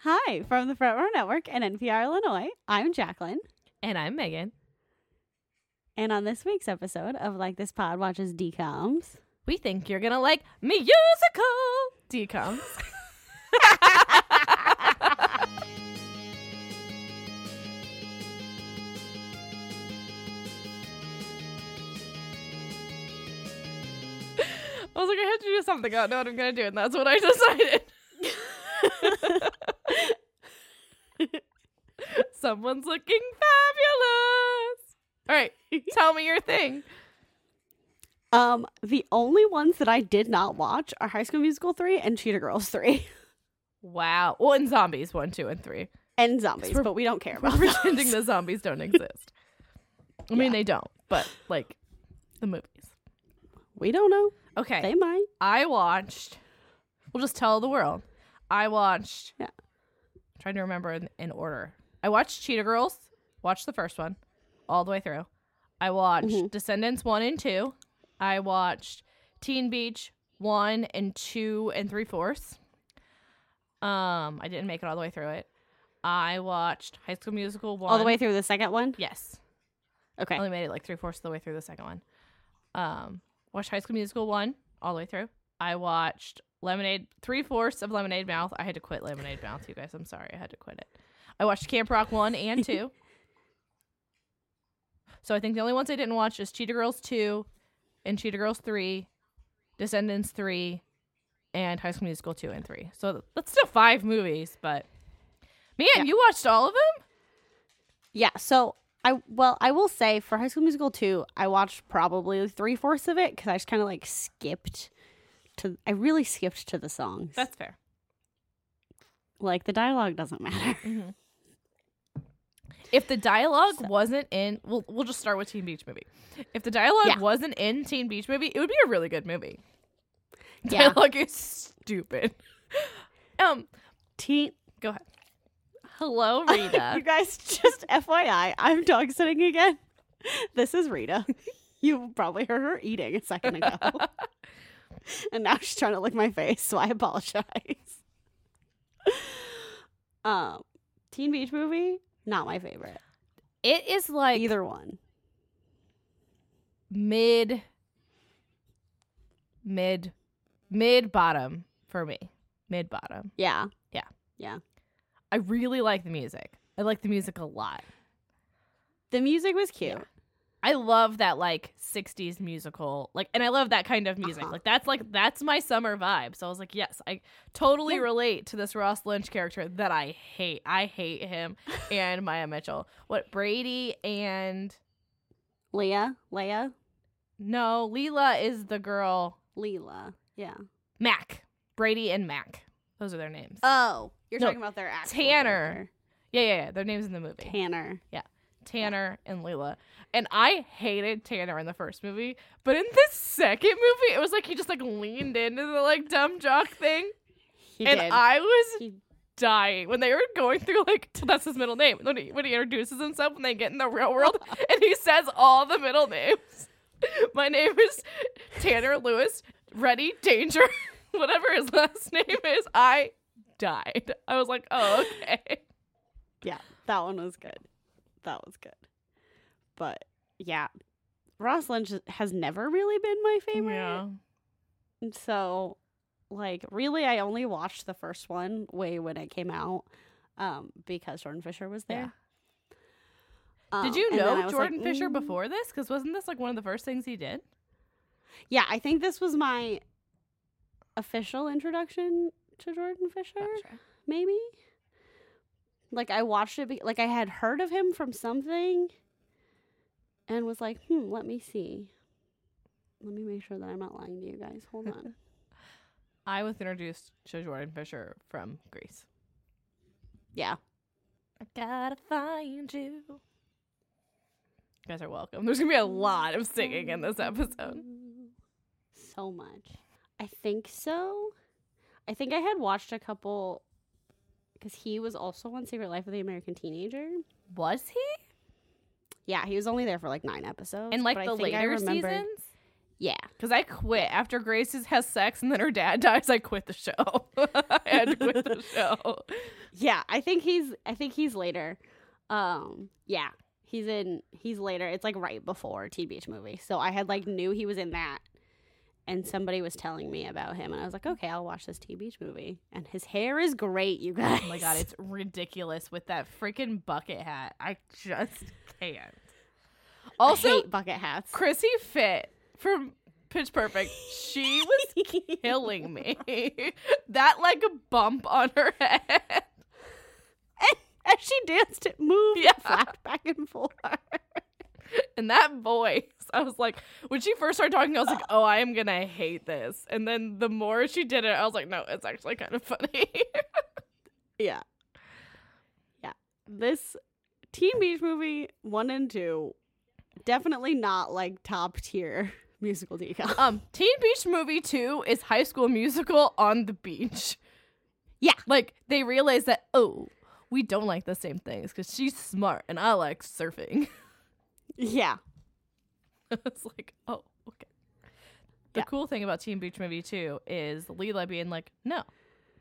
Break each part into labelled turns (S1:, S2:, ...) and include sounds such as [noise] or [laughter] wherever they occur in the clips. S1: Hi, from the Front Row Network and NPR Illinois, I'm Jacqueline.
S2: And I'm Megan.
S1: And on this week's episode of Like This Pod Watches Decoms,
S2: We think you're gonna like musical decoms. I was like, I have to do something. I don't know what I'm gonna do, and that's what I [laughs] decided. Someone's looking fabulous. All right, tell me your thing.
S1: um, the only ones that I did not watch are High School Musical 3 and Cheetah Girls 3
S2: Wow. Well, and zombies one, two, and three.
S1: [laughs] and Zombies, but we don't care
S2: We're
S1: about
S2: [laughs] pretending
S1: those.
S2: the zombies don't exist. I mean, they don't, but like the movies.
S1: We don't know.
S2: Okay,
S1: They might.
S2: I watched. We'll just tell the world. I watched.
S1: Yeah.
S2: trying to remember in, in order. I watched Cheetah Girls. Watched the first one, all the way through. I watched
S1: Mm-hmm.
S2: Descendants one and two. I watched Teen Beach one and two and three fourths. Um, I didn't make it all the way through it. I watched High School Musical one
S1: All the way through the second one?
S2: Yes. I
S1: Okay.
S2: only made it like three fourths of the way through the second one. Um, watched High School Musical one all the way through. I watched Lemonade three fourths of Lemonade Mouth. I had to quit Lemonade Mouth, you guys. I'm sorry, I had to quit it. I watched Camp Rock one and [laughs] two. so I think the only ones I didn't watch is Cheetah Girls two, and Cheetah Girls three, Descendants three, and High School Musical two and three. So th- that's still five movies, but man, you watched all of them.
S1: Yeah. So I well, I will say for High School Musical two, I watched probably three fourths of it because I just kind of like skipped to. I really skipped to the songs.
S2: That's fair.
S1: like the dialogue doesn't matter. [laughs]
S2: if the dialogue wasn't in we'll, we'll just start with teen beach movie if the dialogue
S1: Yeah.
S2: wasn't in teen beach movie it would be a really good movie
S1: Yeah.
S2: dialogue is stupid [laughs] um
S1: Teen.
S2: go ahead [laughs] hello rita
S1: [laughs] you guys, just FYI, I'm dog sitting again. This is Rita. [laughs] you probably heard her eating a second ago, [laughs] and now she's trying to lick my face, so I apologize. [laughs] um, Teen Beach movie, not my favorite.
S2: it is like
S1: Either one.
S2: mid mid mid bottom for me mid bottom
S1: Yeah.
S2: i really like the music i like the music a lot
S1: The music was cute.
S2: I love that like 60s musical. Like and I love that kind of music.
S1: Uh-huh.
S2: Like that's like that's my summer vibe. So I was like, yes, I totally
S1: Yeah.
S2: relate to this Ross Lynch character that I hate. I
S1: [laughs]
S2: hate him and Maya Mitchell. What Brady and
S1: Leah, Leia,
S2: no, Leela is the girl
S1: Leela. Yeah.
S2: Mac. Brady and Mac. Those are their names.
S1: Oh, you're
S2: No,
S1: talking about their actual
S2: Tanner. yeah, yeah, yeah. Their names in the movie.
S1: character. Tanner.
S2: Tanner and Leela. And I hated Tanner in the first movie, but in the second movie, it was like he just like leaned into the like dumb jock thing.
S1: He
S2: and
S1: did.
S2: I was
S1: He-
S2: dying when they were going through like [laughs] well, that's his middle name. When he, when he introduces himself when they get in the
S1: [laughs]
S2: real world and he says all the middle names. [laughs] My name is Tanner Lewis, Ready Danger, [laughs] whatever his last name is. I died. I was like, oh okay.
S1: yeah, that one was good. That was good. But yeah, Ross Lynch has never really been my favorite. And So, like, really, I only watched the first one way when it came out um, because Jordan Fisher was there. Um,
S2: Did you
S1: and then I
S2: know
S1: was like,
S2: Jordan Fisher
S1: mm,
S2: before this? Because wasn't this like one of the first things he did?
S1: Yeah, I think this was my official introduction to Jordan Fisher. maybe. Like I watched it, be- like I had heard of him from something, and was like, "Hmm, let me see. Let me make sure that I'm not lying to you guys. Hold
S2: [laughs]
S1: on."
S2: I was introduced to Jordan Fisher from Greece.
S1: yeah,
S2: I gotta find you. You guys are welcome. There's gonna be a lot of singing in this episode.
S1: so much. I think so. I think I had watched a couple because he was also on Secret Life of the American Teenager.
S2: Was he
S1: Yeah, he was only there for like nine episodes.
S2: in like
S1: but I
S2: the
S1: think I
S2: later
S1: remembered-
S2: seasons?
S1: Yeah.
S2: Because I quit after Grace is- has sex and then her dad [laughs] dies. I quit the show. I had to quit the show.
S1: Yeah, I think he's I think he's later. Um yeah. He's in he's later. It's like right before Teen Beach movie. So I had like knew he was in that and somebody was telling me about him and I was like, "Okay, I'll watch this Teen Beach movie." And his hair is great, you guys.
S2: Oh my god, it's ridiculous with that freaking bucket hat. I just can't.
S1: [laughs] I
S2: Also,
S1: hate bucket hats.
S2: Chrissy Fit from Pitch Perfect, she was
S1: [laughs]
S2: killing me. [laughs] that like a bump on her head.
S1: As she danced, it moved, [laughs]
S2: [laughs] Yeah.
S1: and flapped back and forth.
S2: And that voice, I was like, when she first started talking, I was like, oh, I am going to hate this. And then the more she did it, I was like, no, it's actually kind of funny. [laughs]
S1: Yeah. Yeah. This Teen Beach movie one and two, definitely not like top tier [laughs] musical decal.
S2: um, Teen Beach Movie 2 is High School Musical on the beach.
S1: Yeah.
S2: Like, they realize that, oh, we don't like the same things because she's smart and I like surfing.
S1: Yeah.
S2: [laughs] it's like, oh, okay. The
S1: Yeah.
S2: cool thing about Teen Beach Movie 2 is Leela being like, no,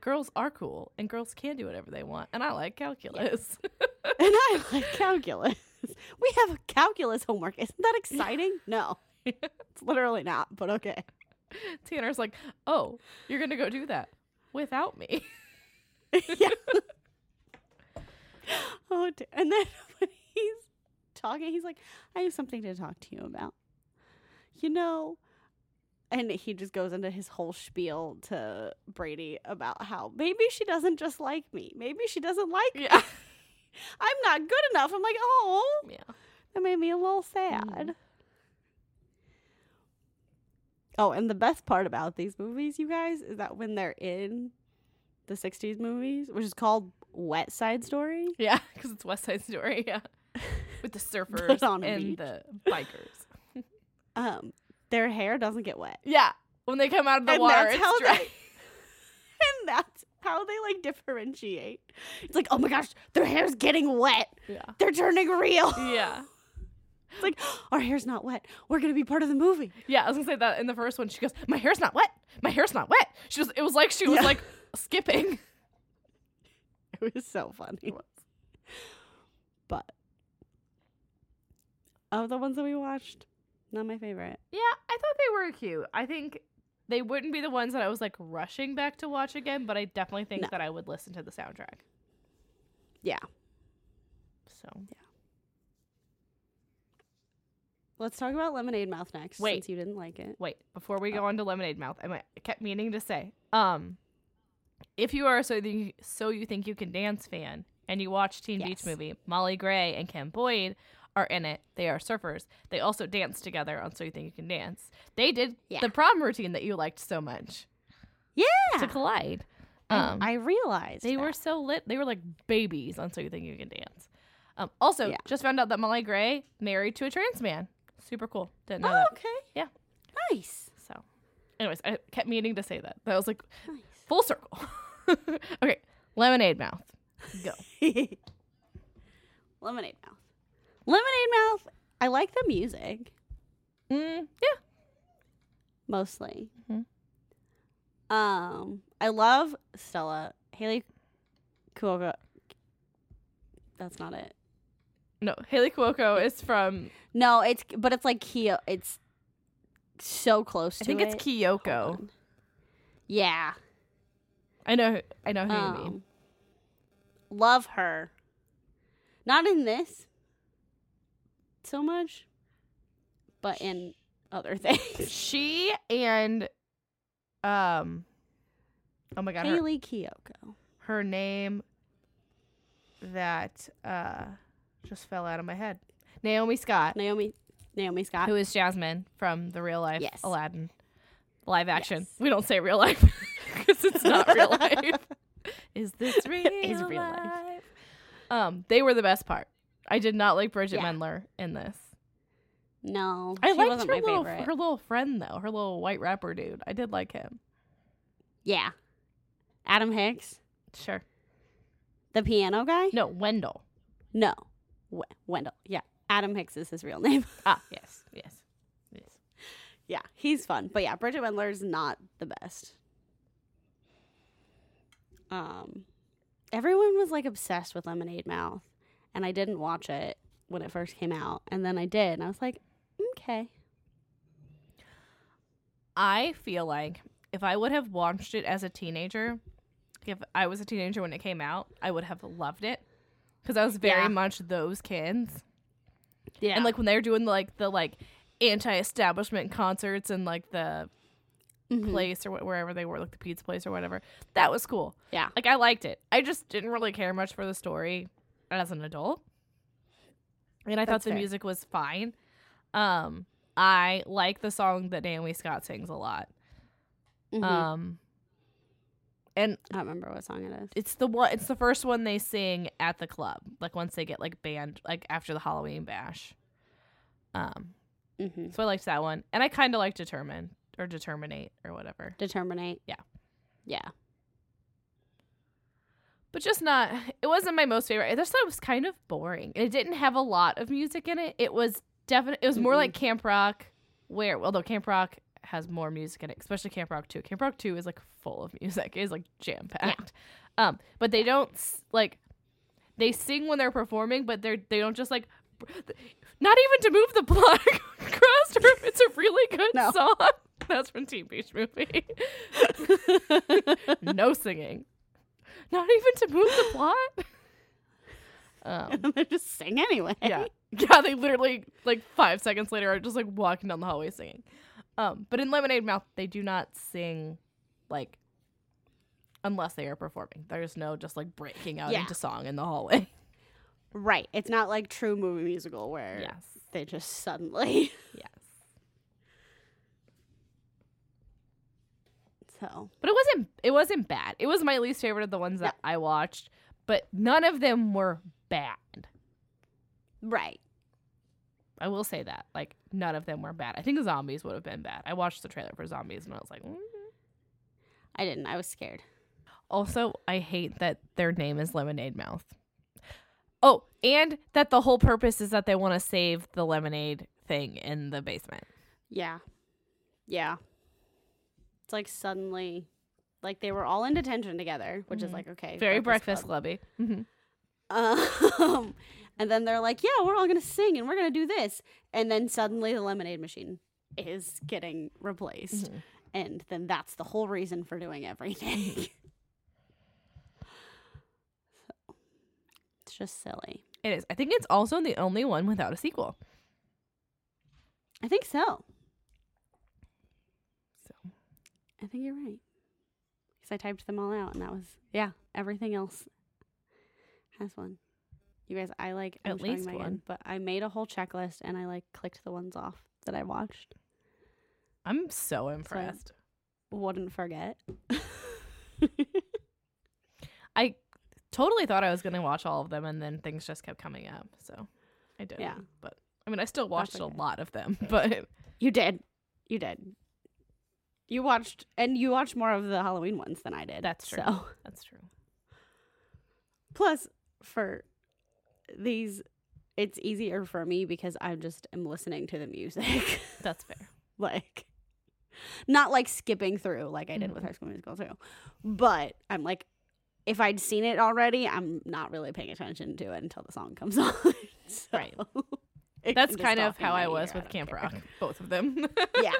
S2: girls are cool and girls can do whatever they want. And I like calculus.
S1: [laughs] And I like calculus. We have a calculus homework. Isn't that exciting? No. It's literally not, but okay.
S2: [laughs] Tanner's like, oh, you're going to go do that without me. [laughs]
S1: [laughs] yeah. oh, dear. and then [laughs] when he's talking, he's like, "I have something to talk to you about." You know, and he just goes into his whole spiel to Brady about how maybe she doesn't just like me. Maybe she doesn't like me. [laughs]
S2: Yeah.
S1: I'm not good enough. I'm like, oh,
S2: Yeah.
S1: that made me a little sad. Oh, and the best part about these movies, you guys, is that when they're in the 60s movies, which is called Wet Side Story.
S2: Yeah. Because it's West Side Story.
S1: [laughs]
S2: Yeah. With the surfers
S1: on a
S2: and
S1: beach.
S2: the
S1: [laughs]
S2: bikers.
S1: um, their hair doesn't get wet. [laughs]
S2: Yeah. When they come out of the
S1: And
S2: water,
S1: that's
S2: it's
S1: how
S2: dry.
S1: they- And that's how they like differentiate. It's like, oh my gosh, their hair's getting wet.
S2: [laughs] Yeah.
S1: They're turning real. [laughs]
S2: Yeah.
S1: It's like, [gasps] our hair's not wet. We're going to be part of the movie.
S2: Yeah. I was going to say that in the first one. She goes, my hair's not wet. My hair's not wet. She was, it was like she was
S1: Yeah.
S2: like skipping.
S1: [laughs] It was so funny. But of the ones that we watched, not my favorite.
S2: Yeah. I thought they were cute. I think they wouldn't be the ones that I was like rushing back to watch again, but I definitely think
S1: No.
S2: that I would listen to the soundtrack.
S1: Yeah.
S2: So
S1: Let's talk about Lemonade Mouth next,
S2: Wait.
S1: since you didn't like it.
S2: wait before
S1: Oh.
S2: we go on to lemonade mouth i might- I kept meaning to say um if you are a so you, so you think you can dance fan and you watch teen beach
S1: Yes.
S2: movie molly gray and kim boyd are in it they are surfers they also dance together on so you think you can dance they did
S1: Yeah.
S2: the prom routine that you liked so much to
S1: Yeah,
S2: collide
S1: I-
S2: um
S1: I realized
S2: they were
S1: that.
S2: so lit they were like babies on so you think you can dance um also
S1: Yeah.
S2: just found out that molly gray married to a trans man super cool didn't know
S1: Oh,
S2: that
S1: okay.
S2: Yeah.
S1: Nice.
S2: so, anyways, I kept meaning to say that. That was like
S1: Nice.
S2: full circle. [laughs] okay, lemonade mouth. Go.
S1: [laughs] Lemonade Mouth. Lemonade Mouth. I like the music
S2: Mm, yeah.
S1: mostly.
S2: Mhm.
S1: Um, I love Stella Haley Kuoka. That's not it.
S2: No, Haley Cuoco is from.
S1: No, it's but it's like Kyo. It's so close to.
S2: I think it's
S1: it.
S2: Kyoko.
S1: Yeah.
S2: I know. I know who you mean.
S1: Um, love her. Not in this so much, but in other things.
S2: She and um. Oh my god, her,
S1: Haley Kiyoko.
S2: her name that uh just fell out of my head. Naomi Scott,
S1: Naomi Naomi Scott.
S2: who is Jasmine from the real life
S1: Yes.
S2: Aladdin live action.
S1: Yes.
S2: We don't say real life [laughs] because it's
S1: [laughs]
S2: not real life. Is this real?
S1: is real life.
S2: Um, they were the best part. I did not like Bridget
S1: Yeah.
S2: Mendler in this.
S1: No.
S2: I
S1: she
S2: liked
S1: wasn't
S2: her
S1: my
S2: little
S1: favorite.
S2: her little friend though, her little white rapper dude. I did like him.
S1: Yeah. Adam Hicks.
S2: Sure.
S1: The piano guy?
S2: No, Wendell.
S1: No. W- Wendell. Yeah. Adam Hicks is his real name.
S2: Ah, yes, yes, yes.
S1: Yeah, he's fun. But yeah, Bridget Wendler's not the best. Um, everyone was like obsessed with Lemonade Mouth, and I didn't watch it when it first came out, and then I did, and I was like, okay.
S2: I feel like if I would have watched it as a teenager, if I was a teenager when it came out, I would have loved it because I was very
S1: Yeah.
S2: much those kids.
S1: Yeah,
S2: And like when they were doing like the like anti-establishment concerts and like the
S1: Mhm.
S2: place or wh- wherever they were, like the pizza place or whatever, that was cool.
S1: yeah,
S2: Like I liked it. I just didn't really care much for the story as an adult. And I thought
S1: That's
S2: the
S1: fair.
S2: music was fine. Um I like the song that Naomi Scott sings a lot.
S1: Mhm.
S2: Um and
S1: I don't remember what song it is.
S2: it's the one it's the first one they sing at the club, like once they get like banned like after the Halloween bash. Um
S1: Mm-hmm.
S2: so I liked that one. And I kinda like Determine or Determinate or whatever.
S1: Determinate.
S2: Yeah.
S1: yeah. [laughs]
S2: but just not it wasn't my most favorite i just thought it was kind of boring it didn't have a lot of music in it it was definitely it was more
S1: Mm-mm.
S2: like camp rock where although camp rock has more music in it especially camp rock 2 camp rock 2 is like full of music it is like jam packed um but they don't s- like they sing when they're performing but they're they don't just like br- not even to move the plug [laughs] across or if it's a really good
S1: No.
S2: song [laughs] that's from teen beach movie no singing not even to move the [laughs] plot um
S1: They're just sing anyway.
S2: yeah yeah they literally like five seconds later are just like walking down the hallway singing um but in lemonade mouth they do not sing like unless they are performing there's no just like breaking out
S1: Yeah.
S2: into song in the hallway
S1: Right. It's not like true movie musical where
S2: [laughs] yes
S1: they just suddenly. [laughs]
S2: yes
S1: so
S2: but it wasn't it wasn't bad it was my least favorite of the ones that i watched but none of them were bad
S1: right.
S2: i will say that like none of them were bad i think zombies would have been bad i watched the trailer for zombies and i was like mm.
S1: I didn't. I was scared.
S2: Also, I hate that their name is Lemonade Mouth. Oh, and that the whole purpose is that they want to save the lemonade thing in the basement.
S1: Yeah. Yeah. It's like suddenly, like they were all in detention together, which
S2: Mhm.
S1: is like Mm-hmm. okay,
S2: Very breakfast, clubby. hmm
S1: Um, [laughs] and then they're like, "Yeah, we're all gonna sing and we're gonna do this," and then suddenly the lemonade machine is getting replaced,
S2: Mhm.
S1: and then that's the whole reason for doing everything. [laughs] so, it's just silly.
S2: It is. I think it's also the only one without a sequel.
S1: I think so.
S2: So
S1: I think you're right. Because I typed them all out, and that was yeah. Everything else has one. You guys, I like I'm
S2: At
S1: showing
S2: least
S1: my
S2: one.
S1: end, but I made a whole checklist, and I like clicked the ones off that I watched.
S2: I'm so impressed.
S1: Wouldn't forget. [laughs]
S2: I totally thought I was going to watch all of them, and then things just kept coming up. So I did.
S1: Yeah.
S2: But I mean, I still watched
S1: okay.
S2: a lot of them, [laughs] but
S1: you did, you did. You watched, and you watched more of the Halloween ones than I did.
S2: That's true.
S1: So
S2: that's true.
S1: plus for these, it's easier for me because I'm just am listening to the music. [laughs]
S2: That's fair.
S1: like not like skipping through like I did with
S2: Mhm.
S1: High School Musical too, but I'm like, if I'd seen it already, I'm not really paying attention to it until the song comes [laughs] on. So,
S2: Right.
S1: it [laughs] can
S2: That's
S1: just
S2: kind of
S1: stop in
S2: how
S1: my
S2: I was
S1: ear,
S2: with
S1: don't
S2: Camp
S1: care.
S2: Rock, [laughs] both of them.
S1: [laughs] yeah,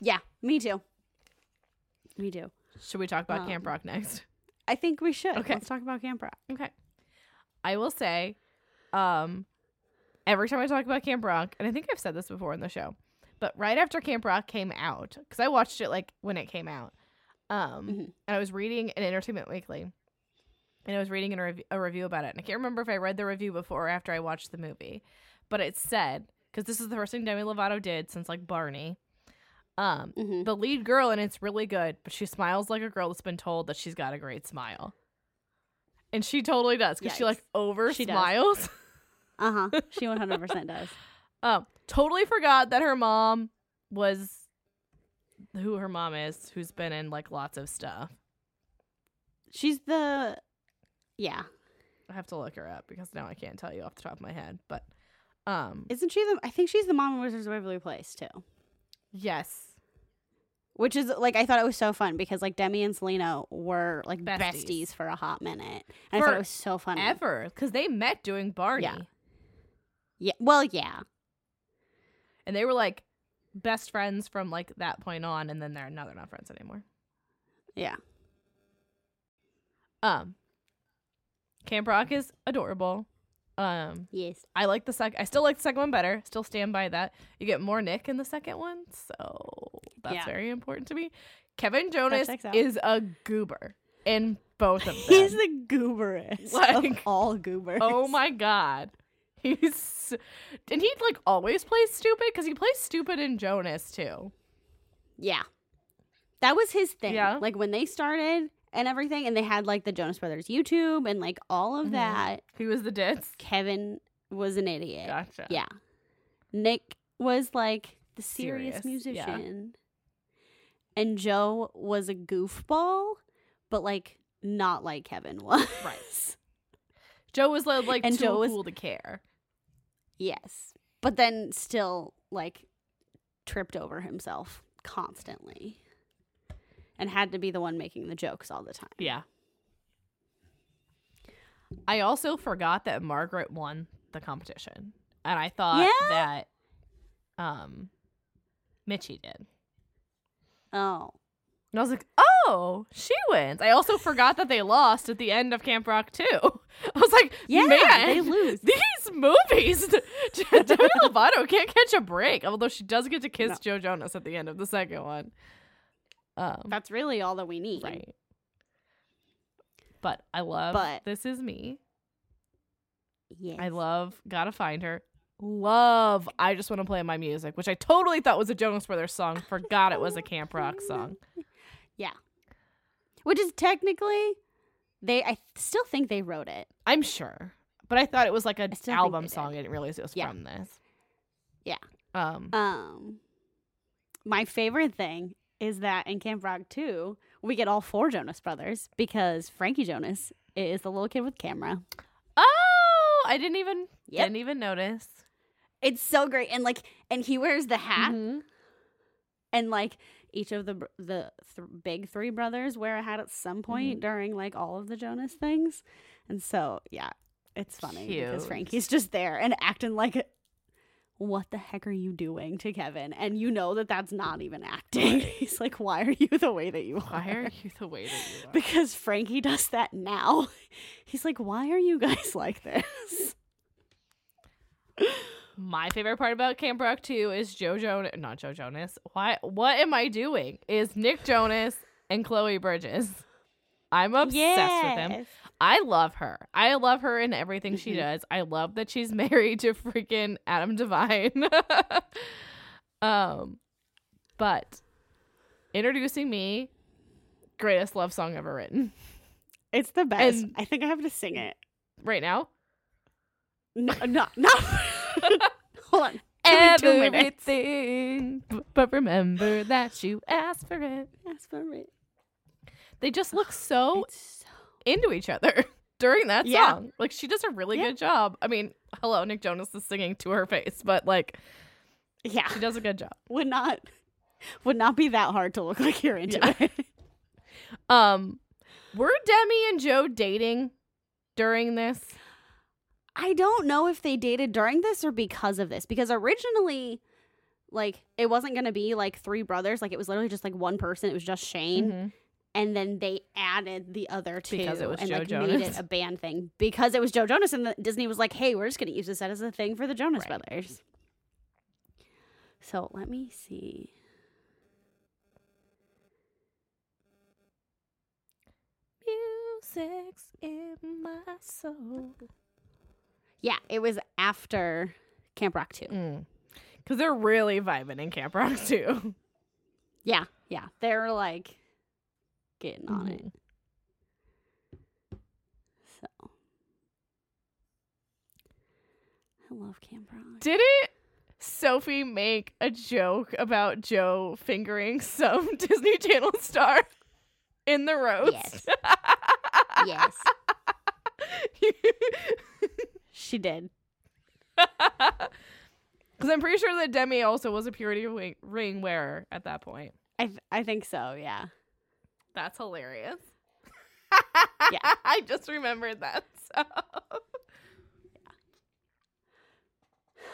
S1: yeah, me too. Me too.
S2: Should we talk about Camp
S1: Um, [laughs]
S2: Rock next?
S1: I think we should.
S2: Okay.
S1: Let's talk about Camp Rock.
S2: Okay. I will say, um, every time I talk about Camp Rock, and I think I've said this before in the show, but right after Camp Rock came out, because I watched it like when it came out, um,
S1: Mhm.
S2: and I was reading an Entertainment Weekly, and I was reading a, rev- a review about it, and I can't remember if I read the review before or after I watched the movie, but it said because this is the first thing Demi Lovato did since like Barney, um,
S1: Mm-hmm.
S2: the lead girl and it's really good but she smiles like a girl that's been told that she's got a great smile and she totally does because she
S1: Yikes.
S2: like over
S1: She does.
S2: smiles
S1: Uh huh. She 100 percent does.
S2: [laughs] um totally forgot that her mom was who her mom is who's been in like lots of stuff
S1: She's the yeah.
S2: i have to look her up because now i can't tell you off the top of my head but um
S1: Isn't she the? I think she's the mom in Wizards of Waverly Place too.
S2: yes
S1: Which is like I thought it was so fun because like Demi and Selena were like
S2: Besties.
S1: besties, for a hot minute, and I thought it was so funny.
S2: ever because they met doing Barney,
S1: Um, Yeah. Yeah, well, yeah,
S2: and they were like best friends from like that point on, and then they're now they're not friends anymore.
S1: yeah.
S2: Um, Camp Rock is adorable. Um,
S1: Yes.
S2: I like the second. I still like the second one better. Still stand by that. You get more Nick in the second one, so that's
S1: Yeah.
S2: very important to me. Kevin Jonas
S1: checks out.
S2: is a goober in both
S1: [laughs]
S2: of them.
S1: He's the gooberest of
S2: Like-
S1: [laughs] all goobers.
S2: oh my god, [laughs] he's so- and he like always plays stupid because he plays stupid in Jonas too.
S1: Yeah. That was his thing.
S2: Yeah.
S1: Like when they started and everything, and they had like the Jonas Brothers YouTube and like all of
S2: Mhm.
S1: that,
S2: He was the ditz.
S1: Kevin was an idiot.
S2: Gotcha.
S1: Yeah. Nick was like the serious,
S2: Serious, yeah.
S1: musician. And Joe was a goofball, but like not like Kevin [laughs] was.
S2: Right. Joe was like, like
S1: And
S2: too
S1: Joe was-
S2: cool to care.
S1: yes. But then still like tripped over himself constantly and had to be the one making the jokes all the time.
S2: Yeah. I also forgot that Margaret won the competition. And I thought
S1: Yeah?
S2: that um Mitchie did.
S1: Oh.
S2: And I was like, "Oh, she wins." I also forgot that they lost at the end of Camp Rock too. [laughs] I was like,
S1: Yeah,
S2: man,
S1: they lose.
S2: [laughs] These movies, [laughs] Demi Lovato can't catch a break. Although she does get to kiss
S1: No.
S2: Joe Jonas at the end of the second one. Um,
S1: That's really all that we need.
S2: right. But I love.
S1: But-
S2: this is me.
S1: Yes.
S2: I love Gotta Find Her. Love I Just Wanna Play My Music, which I totally thought was a Jonas Brothers song. Forgot it was a Camp Rock song.
S1: Which is technically they I still think they wrote it.
S2: I'm sure. But I thought it was like an
S1: I still think
S2: album
S1: they did.
S2: song. I didn't realize it was
S1: Yeah.
S2: from this.
S1: Yeah.
S2: Um
S1: Um my favorite thing is that in Camp Rock 2, we get all four Jonas brothers because Frankie Jonas is the little kid with camera.
S2: Oh I didn't even
S1: Yep.
S2: didn't even notice.
S1: It's so great and like and he wears the hat [laughs]
S2: Mhm.
S1: and like each of the br- the th- big three brothers wear a hat at some point during like all of the Jonas things, and so yeah, it's funny because
S2: Cute.
S1: Frankie's just there and acting like, "What the heck are you doing to Kevin?" And you know that that's not even acting. [laughs] He's like, "Why are you the way that you are?"
S2: Why are you the way that you
S1: [laughs]
S2: are?
S1: Because Frankie does that now. [laughs] He's like, "Why are you guys [laughs] like this?"
S2: My favorite part about Camp Rock 2 is Joe Jonas, not Joe Jonas. Why? What am I doing? Is Nick Jonas and Chloe Bridges. I'm obsessed with him.
S1: Yes.
S2: I love her. I love her in everything she
S1: Mhm.
S2: does. I love that she's [laughs] married to freaking Adam Devine. [laughs] um, but introducing me, greatest love song ever written.
S1: It's the best.
S2: And-
S1: I think I have to sing it.
S2: Right now,
S1: No, no, [laughs] no. Hold on. Give me two minutes.
S2: everything. b- But remember that you asked for it.
S1: That's for me.
S2: They just [sighs] look so
S1: It's so-
S2: into each other [laughs] during that
S1: Yeah.
S2: song. Like she does a really
S1: Yeah.
S2: good job. I mean, hello, Nick Jonas is singing to her face, but like
S1: yeah,
S2: she does a good job.
S1: would not would not be that hard to look like you're into
S2: Yeah.
S1: it. [laughs]
S2: Um, were Demi and Joe dating during this?
S1: I don't know if they dated during this or because of this, because originally, like, it wasn't gonna be like three brothers. Like, it was literally just like one person. It was just Shane,
S2: Mm-hmm.
S1: and then they added the other two
S2: Because it was
S1: and
S2: Joe
S1: like made
S2: Jonas.
S1: it a band thing because it was Joe Jonas, and the, Disney was like, "Hey, we're just gonna use this as a thing for the Jonas
S2: Right.
S1: Brothers." So let me see.
S2: Music's in my soul.
S1: Yeah, it was after Camp Rock 2.
S2: Because Mm. they're really vibing in Camp Rock [laughs] too.
S1: Yeah, yeah. They're like getting on it.
S2: Mm-hmm.
S1: So I love Camp Rock.
S2: Didn't Sophie make a joke about Joe fingering [laughs] some Disney Channel star in the roast?
S1: Yes.
S2: [laughs]
S1: yes. She did.
S2: Because I'm pretty sure that Demi also was a purity ring, ring wearer at that point.
S1: I I th- I think so. Yeah.
S2: That's [laughs] hilarious.
S1: Yeah.
S2: [laughs] I just remembered that. So.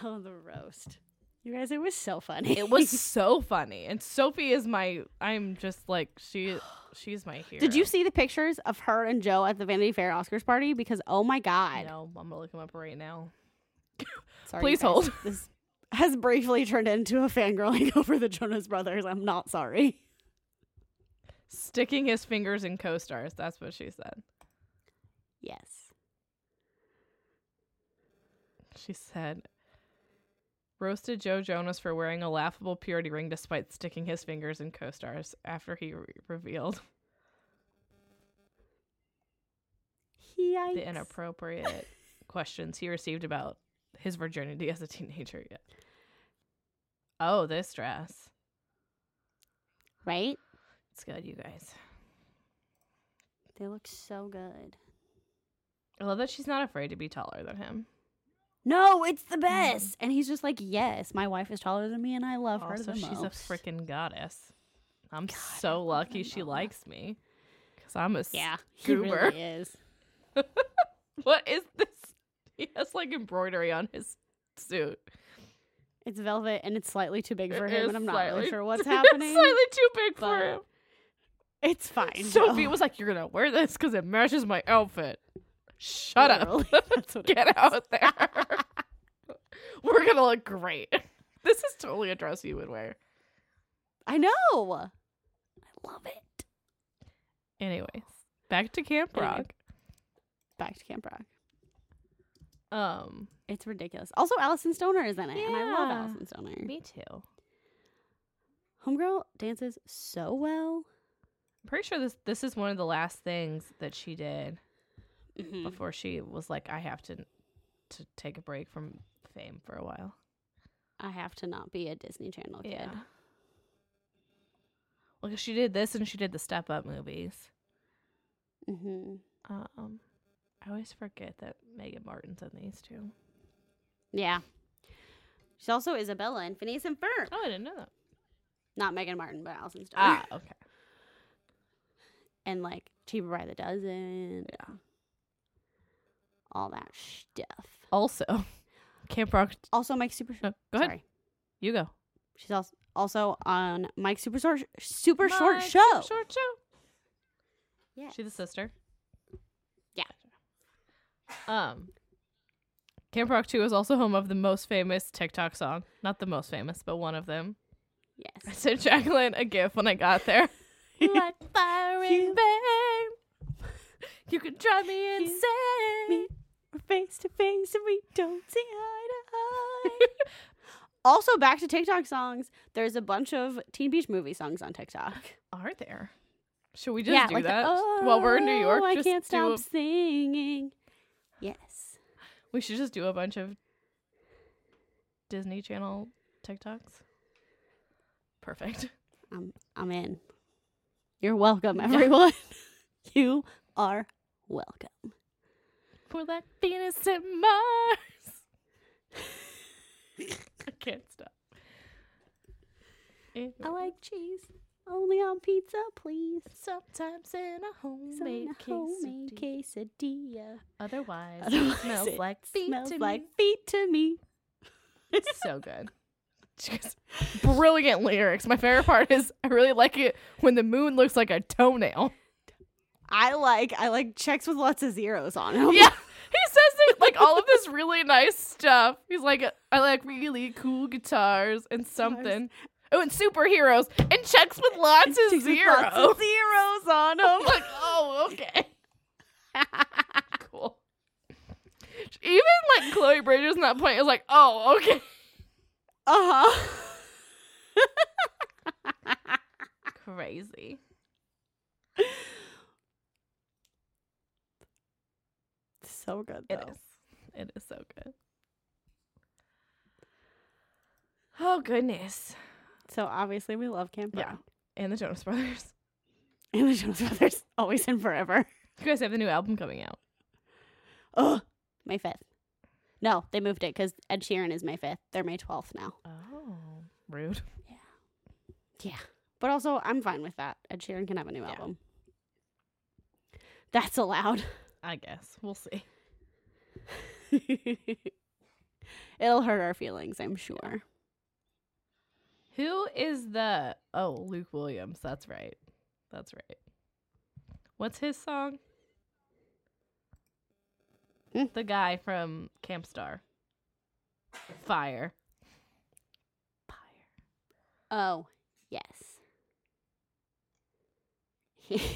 S1: Oh, [laughs] the roast. You guys, it was so funny.
S2: It was so funny. And Sophie is my I'm just like she she's my
S1: [laughs]
S2: hero.
S1: Did you see the pictures of her and Joe at the Vanity Fair Oscars party? Because oh my god.
S2: No, I'm gonna look him up right now.
S1: Sorry,
S2: Please
S1: you guys.
S2: hold.
S1: [laughs] This has briefly turned into a fangirling [laughs] over the Jonas Brothers. I'm not sorry.
S2: Sticking his fingers in co stars. That's what she said.
S1: Yes.
S2: She said Roasted Joe Jonas for wearing a laughable purity ring despite sticking his fingers in co stars after he re- revealed
S1: Yikes.
S2: the inappropriate questions he received about his virginity as a teenager. Yeah. Oh, this dress.
S1: right?
S2: It's good, you guys.
S1: They look so good.
S2: I love that she's not afraid to be taller than him.
S1: No, it's
S2: Mm.
S1: the best. And he's just like, yes, my wife is taller than me, and I love her
S2: Also,
S1: the
S2: she's a
S1: most.
S2: freaking goddess. I'm
S1: God, I
S2: so
S1: love
S2: lucky
S1: my
S2: she
S1: mama.
S2: likes me. Because I'm a. s-
S1: yeah, he
S2: goober.
S1: really is.
S2: What is this? [laughs] He has like embroidery on his suit.
S1: It's velvet and it's slightly too big for
S2: It
S1: him,
S2: is
S1: and I'm not really
S2: slightly- [laughs]
S1: sure what's
S2: it's
S1: happening.
S2: slightly too big for
S1: but
S2: him.
S1: It's fine.
S2: Sophie
S1: though.
S2: was like, You're going to wear this because it matches my
S1: [laughs]
S2: outfit. Shut [laughs] up.
S1: Literally, That's what it
S2: Get out there. [laughs] We're going to look great. [laughs] This is totally a dress you would wear.
S1: I know. I love it.
S2: Anyways, back to Camp
S1: Anyway.
S2: Rock.
S1: Back to Camp Rock.
S2: Um,
S1: It's ridiculous. Also, Allison Stoner is in it, and I love
S2: Yeah.
S1: Allison Stoner.
S2: me too. I'm
S1: Homegirl dances so well.
S2: pretty sure this this is one of the last things that she did before she was like, I have to to take a break from fame for a while.
S1: I have to not be a Disney Channel kid.
S2: Yeah. Well, 'cause she did this and she did the Step Up movies.
S1: hmm
S2: Um, I always forget that Megan Martin's in these two.
S1: Yeah. She's also Isabella in Phineas and Ferb.
S2: Oh, I didn't know that.
S1: Not Megan Martin, but Allison Stoner.
S2: Ah, okay.
S1: And like Cheaper by the Dozen.
S2: Yeah.
S1: All that stuff.
S2: Also, [laughs] Camp Rock.
S1: Also, Mike Super.
S2: No, go ahead.
S1: Sorry.
S2: You go.
S1: She's also also on Mike Super Short Super
S2: My
S1: Short Show.
S2: Short show.
S1: Yes.
S2: She's the sister.
S1: Yeah.
S2: Um, Camp Rock 2 is also home of the most famous TikTok song. Not the most famous, but one of them. [laughs] I
S1: Yes.
S2: sent Jacqueline a gift when I got
S1: [laughs]
S2: there. like firing babe. You can drive me insane.
S1: We're [laughs] face to face and we don't see eye to eye. [laughs] also, back to TikTok songs. There's a bunch of Teen Beach Movie songs on TikTok.
S2: Are there? Should we just
S1: yeah,
S2: do
S1: like the,
S2: that while we're in New York?
S1: "Oh, I
S2: just
S1: can't
S2: do
S1: stop
S2: a-
S1: singing. Yes.
S2: we should just do a bunch of Disney Channel TikToks. Perfect.
S1: I'm I'm in. You're welcome, [laughs] everyone. you are welcome.
S2: [laughs] For that Venus and Mars. [laughs] I can't stop. Anyway,
S1: I like cheese. Only on pizza, please.
S2: sometimes in a
S1: So in
S2: homemade,
S1: a homemade
S2: quesadilla.
S1: quesadilla.
S2: Otherwise,
S1: Otherwise
S2: it smells
S1: it
S2: like feet
S1: Smells
S2: to
S1: like
S2: me.
S1: [laughs] feet to me.
S2: so good. Just brilliant lyrics. My favorite part is I really like it when the moon looks like a toenail.
S1: I like I like checks with lots of zeros on them.
S2: [laughs] Yeah, he says it, like all of this really nice stuff. He's like, I like really cool guitars and something. Oh, and superheroes and checks with
S1: [laughs]
S2: lots
S1: Checks
S2: of
S1: with
S2: zeros.
S1: lots of zeros on
S2: [laughs] I'm
S1: them.
S2: like, oh, okay. [laughs] cool. Even like Chloe Brady's not playing. It's like, oh, okay.
S1: [laughs] uh huh.
S2: Crazy.
S1: So good though.
S2: It is. It is so good. Oh goodness.
S1: So obviously we love Camp
S2: Yeah.
S1: Rock.
S2: And the Jonas Brothers.
S1: [laughs]
S2: [laughs]
S1: And the Jonas Brothers always and forever.
S2: You guys have the new album coming out.
S1: Ugh, May fifth. No, they moved it because Ed Sheeran is May fifth. They're May twelfth now.
S2: Oh. Rude.
S1: Yeah, But also, I'm fine with that. Ed Sheeran can have a new
S2: Yeah.
S1: album. That's allowed.
S2: I guess we'll see.
S1: [laughs] It'll hurt our feelings, I'm sure.
S2: Who is the? Oh, Luke Williams. That's right. That's right. What's his song?
S1: Mm.
S2: The guy from Camp Star. Fire. Fire.
S1: Oh, yes. [laughs] He's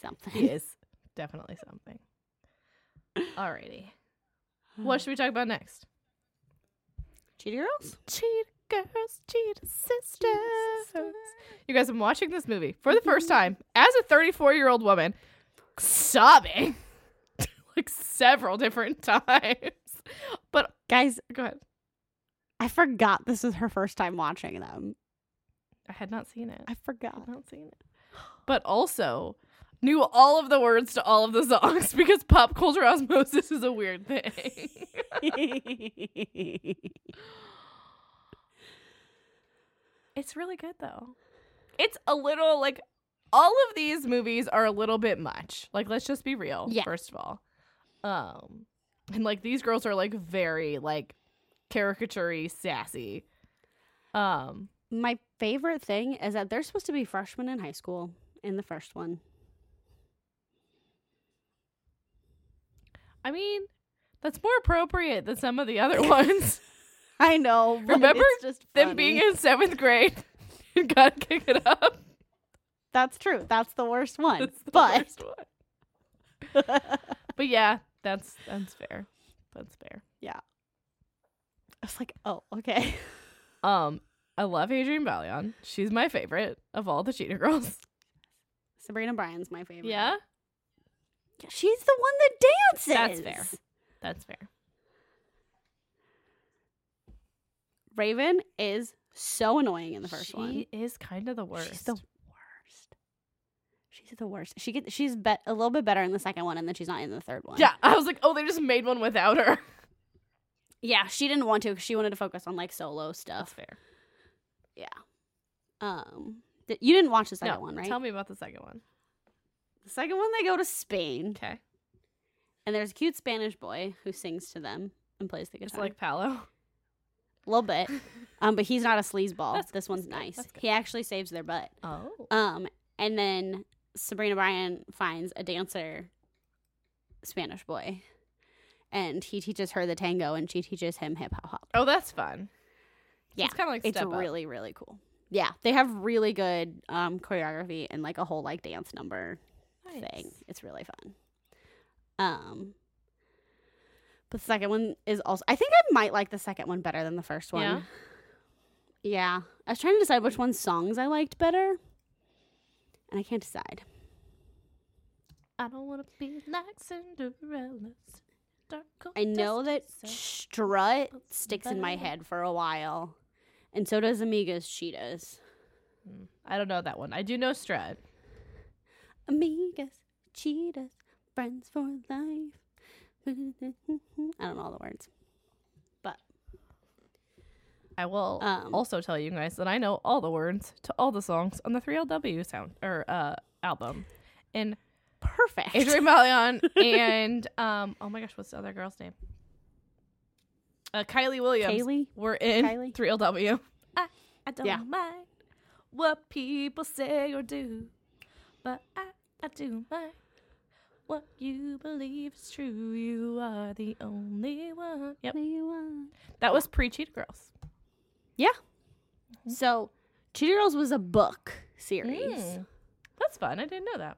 S1: something.
S2: He is definitely something. Alrighty. What should we talk about next?
S1: Cheetah Girls?
S2: Cheat girls, cheat sisters. You guys, I'm watching this movie for the first time as a 34 year old woman, sobbing [laughs] like several different [laughs] times. But
S1: Guys,
S2: go ahead.
S1: I forgot this was her first time watching them.
S2: I had not seen it.
S1: I forgot.
S2: I've not seen it. But also knew all of the words to all of the [laughs] songs because pop culture osmosis is a weird thing. it's really good though. It's a little like all of these movies are a little bit much. Like let's just be real
S1: Yeah.
S2: first of all. Um and like these girls are like very like caricaturey sassy. Um
S1: [laughs] My favorite thing is that they're supposed to be freshmen in high school in the first one.
S2: I mean that's more appropriate than some of
S1: [laughs]
S2: the other ones.
S1: [laughs] I know. but
S2: Remember
S1: it's just
S2: them being
S1: funny.
S2: in seventh grade [laughs] and gotta kick it
S1: [laughs]
S2: up.
S1: That's true. That's the worst one.
S2: That's the
S1: but
S2: worst
S1: [laughs]
S2: one. but yeah, that's that's fair. That's fair.
S1: I was like, oh, okay. [laughs]
S2: Um, I love Adrienne Valion. She's my favorite of all the cheater [laughs] girls.
S1: Sabrina Bryan's my favorite.
S2: Yeah,
S1: She's the one that
S2: That's
S1: dances.
S2: fair. that's fair.
S1: Raven is so annoying in the first
S2: she
S1: one.
S2: is kind of the worst.
S1: She's the worst. She's the worst. She gets she's bet a little bit better in the second one and then she's not in the third one.
S2: yeah, I was like, oh, they just made one without her.
S1: Yeah, she didn't want to 'cause she wanted to focus on like solo
S2: That's
S1: stuff.
S2: [laughs] fair.
S1: Um th- you didn't watch the second
S2: no,
S1: one, right?
S2: Tell me about the second one.
S1: The second one they go to Spain
S2: Okay,
S1: and there's a cute Spanish boy who sings to them and plays the
S2: it's
S1: guitar.
S2: like Palo.
S1: [laughs] a little bit. Um, but he's not a [laughs] sleazeball.
S2: That's-
S1: this one's
S2: that's good,
S1: nice.
S2: that's good.
S1: He actually saves their butt.
S2: Oh,
S1: Um, and then Sabrina Bryan finds a dancer, Spanish boy, and he teaches her the tango, and she teaches him hip hop.
S2: oh, that's fun.
S1: Yeah,
S2: it's kind of like
S1: It's
S2: step Up.
S1: really really cool. Yeah, they have really good um, choreography and like a whole like dance number thing.
S2: Nice.
S1: It's really fun. Um, but the second one is also. I think I might like the second one better than the first one.
S2: Yeah?
S1: Yeah. I was trying to decide which one's songs I liked better, and I can't decide.
S2: I don't want to be like Cinderella.
S1: I know that Strut sticks in my
S2: better.
S1: head for a while, and so does Amiga's Cheetahs.
S2: I don't know that one. I do know Strut.
S1: Amigas, Cheetahs, friends for life. [laughs] I don't know all the words.
S2: I will
S1: Um,
S2: also tell you guys that I know all the words to all the songs on the 3LW sound or uh album. [laughs] And
S1: Perfect.
S2: Adrienne Malion and um oh my gosh, what's the other girl's name? Uh Kylie Williams.
S1: Kaylee.
S2: We're in
S1: Kylie?
S2: 3LW. I, I don't
S1: Yeah.
S2: mind what people say or do, but I, I do mind what you believe is true. You are the only one. Yep. That was pre Cheetah Girls.
S1: So, Cheetah Girls was a book series.
S2: Mm. That's fun. I didn't know that.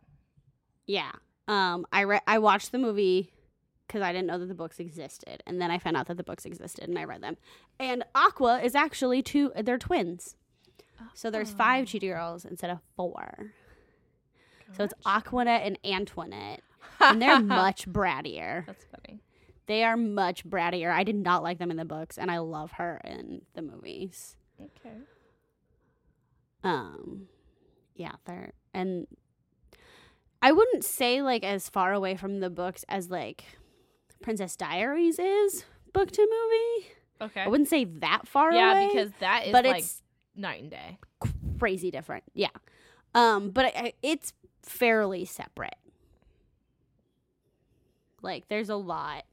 S1: Yeah. Um, I read. I watched the movie because I didn't know that the books existed, and then I found out that the books existed, and I read them. And Aqua is actually two. They're twins, so there's five Cheetah Girls instead of four. So it's Aquanette and Antoinette, and
S2: [laughs]
S1: they're much brattier.
S2: That's funny.
S1: They are much brattier. I did not like them in the books, and I love her in the movies.
S2: Okay.
S1: Um, yeah, they're and I wouldn't say like as far away from the books as like Princess Diaries is book to movie.
S2: Okay.
S1: I wouldn't say that far
S2: yeah,
S1: away.
S2: because that is
S1: but
S2: like
S1: it's
S2: night and day.
S1: crazy different. Yeah. Um, but I, I, it's fairly separate. Like there's a lot.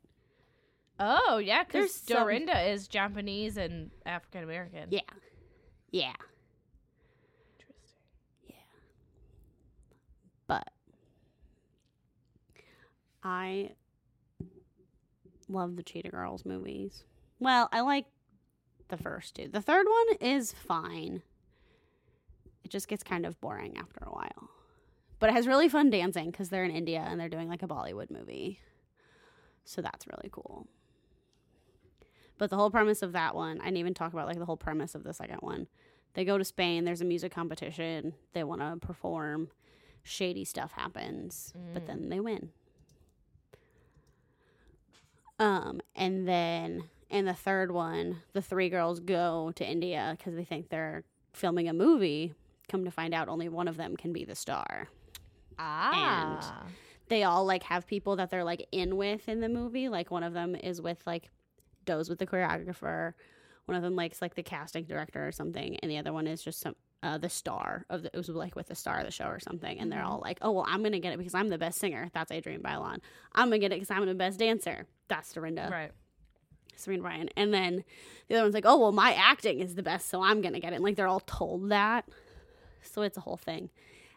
S2: Oh yeah,
S1: There's
S2: because
S1: some-
S2: Dorinda is Japanese and African American.
S1: Yeah. Yeah.
S2: Interesting.
S1: But I love the Cheetah Girls movies. Well, I like the first two. The third one is fine. It just gets kind of boring after a while. But it has really fun dancing because they're in India and they're doing like a Bollywood movie. So that's really cool. But the whole premise of that one, I didn't even talk about like the whole premise of the second one. They go to Spain, there's a music competition, they want to perform, shady stuff happens, but then they win. Um, and then in the third one, the three girls go to India because they think they're filming a movie. Come to find out, only one of them can be the star.
S2: Ah.
S1: They all like have people that they're like in with in the movie. Like one of them is with like does with the choreographer. One of them likes like the casting director or something, and the other one is just some uh, the star of the it was like with the star of the show or something. And they're all like, "Oh well, I'm gonna get it because I'm the best singer. That's Adrienne Bylon. I'm gonna get it because I'm the best dancer. That's Dorinda.
S2: right.
S1: Serena Bryan. And then the other one's like, oh, well, my acting is the best, so I'm going to get it. And like, they're all told that. So it's a whole thing.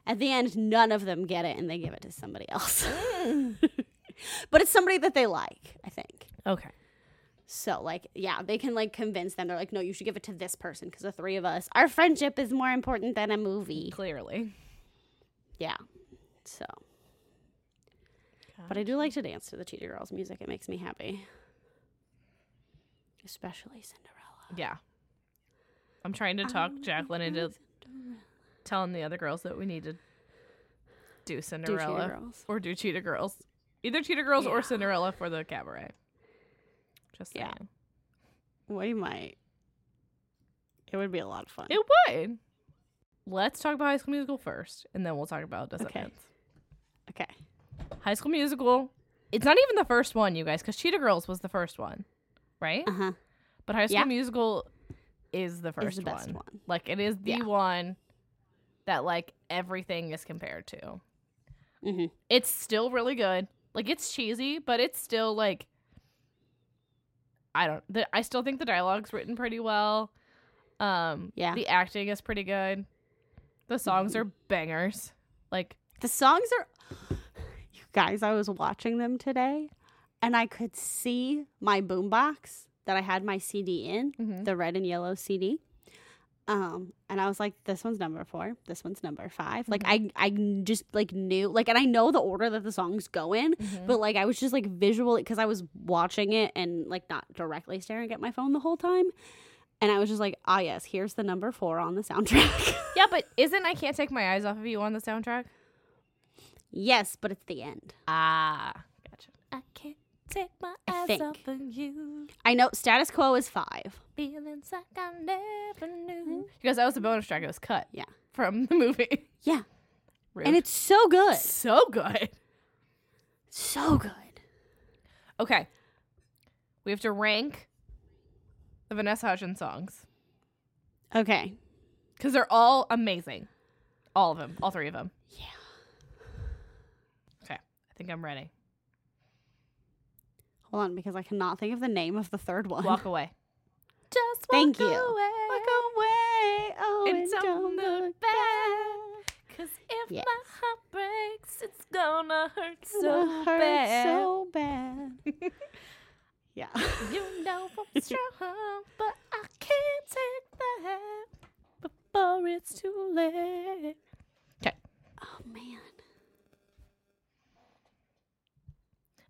S1: At the end, none of them get it and they give it to somebody else. [laughs] but it's somebody that they like, I think.
S2: Okay.
S1: So, like, yeah, they can like convince them. They're like, no, you should give it to this person because the three of us, our friendship is more important than a movie.
S2: Clearly.
S1: Yeah. So. But I do like to dance to the Cheetah Girls music. It makes me happy. Especially Cinderella.
S2: Yeah. I'm trying to talk
S1: Um,
S2: Jacqueline into telling the other girls that we need to do Cinderella
S1: Girls.
S2: or do Cheetah Girls. Either Cheetah Girls
S1: Yeah.
S2: or Cinderella for the cabaret. Just saying.
S1: Yeah. We might. It would be a lot of fun.
S2: It would. Let's talk about High School Musical first, and then we'll talk about Does It
S1: Okay.
S2: Dance.
S1: Okay.
S2: High School Musical. It's not even the first one, you guys, because Cheetah Girls was the first one, right?
S1: Uh huh.
S2: But High School
S1: Yeah.
S2: Musical is the first
S1: the best
S2: one.
S1: one.
S2: Like it is the
S1: Yeah.
S2: one that like everything is compared to.
S1: Mhm.
S2: It's still really good. Like it's cheesy, but it's still like I don't. The, I still think the dialogue's written pretty well. Um,
S1: Yeah.
S2: The acting is pretty good. The songs are bangers. Like
S1: The songs are. You guys, I was watching them today, and I could see my boombox that I had my CD in,
S3: Mm-hmm.
S2: Mhm.
S1: the red and yellow CD. Um, and I was like, this one's number four, this one's number 5 Like
S2: Mm-hmm.
S1: I, I just like knew, like, and I know the order that the songs go in,
S2: Mm-hmm.
S1: but like I was just like visually because I was watching it and like not directly staring at my phone the whole time. And I was just like, ah, yes, here's the number four on the soundtrack. [laughs]
S2: yeah, but isn't I can't take my eyes off of you on the soundtrack?
S1: yes, but it's the end.
S2: Ah, gotcha.
S3: I can't take my
S1: I
S3: eyes
S1: think.
S3: off of you.
S1: I know status quo is five.
S3: Feelings like I never knew.
S2: Because that was a bonus track. It was cut.
S1: Yeah.
S2: From the movie. [laughs]
S1: Yeah.
S2: Rude.
S1: And it's so good.
S2: so good.
S1: So good.
S2: Okay. We have to rank the Vanessa Hudgens songs
S1: Okay.
S2: because they're all amazing. All of them. All three of them.
S1: Yeah.
S2: Okay. I think I'm ready.
S1: Hold on, because I cannot think of the name of the third
S3: [laughs]
S1: one. [laughs]
S2: Walk away.
S3: Just
S1: Thank
S3: walk
S1: you.
S3: away.
S1: Walk away. Oh,
S2: It's
S1: and
S2: on
S1: don't
S2: the
S1: look
S3: Cause if
S1: Yes.
S3: my heart breaks, it's gonna hurt
S1: So
S3: so
S1: hurt
S3: bad.
S1: so bad. [laughs] yeah. [laughs]
S3: You
S2: [laughs]
S3: know I'm strong, but I can't take that before it's too late.
S1: Oh man.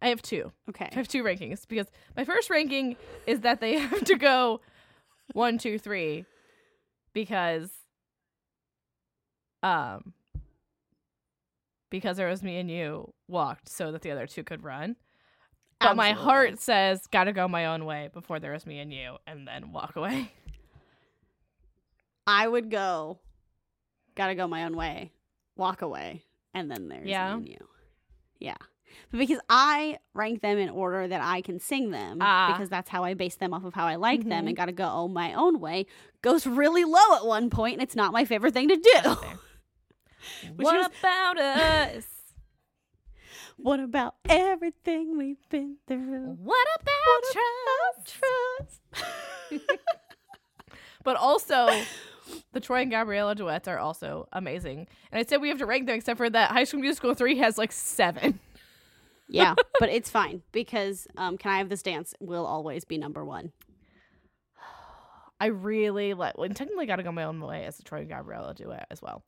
S2: I have two.
S1: Okay.
S2: I have two rankings because my first ranking is that they [laughs] have to go one, two, three because um because there was me and you walked so that the other two could run. But my
S1: Absolutely.
S2: heart says gotta go my own way before there was me and you and then walk away.
S1: I would go. Gotta go my own way. Walk away, and then there's me
S2: Yeah.
S1: and you. Yeah, but because I rank them in order that I can sing them,
S2: Ah. Mm-hmm.
S1: because that's how I base them off of how I like them, and got to go my own way, goes really low at one point, and it's not my favorite thing to do.
S2: what about us?
S1: [laughs] what about everything we've been
S2: [laughs]
S1: through?
S2: What about trust? [laughs] But also, the Troy and Gabriella duets are also amazing. And I said we have to rank them, except for that High School Musical 3 has like seven.
S1: yeah, but it's fine because um, Can I Have This Dance will always be number one.
S2: I really like, well, technically, Gotta Go My Own Way as a Troy and Gabriella duet as well.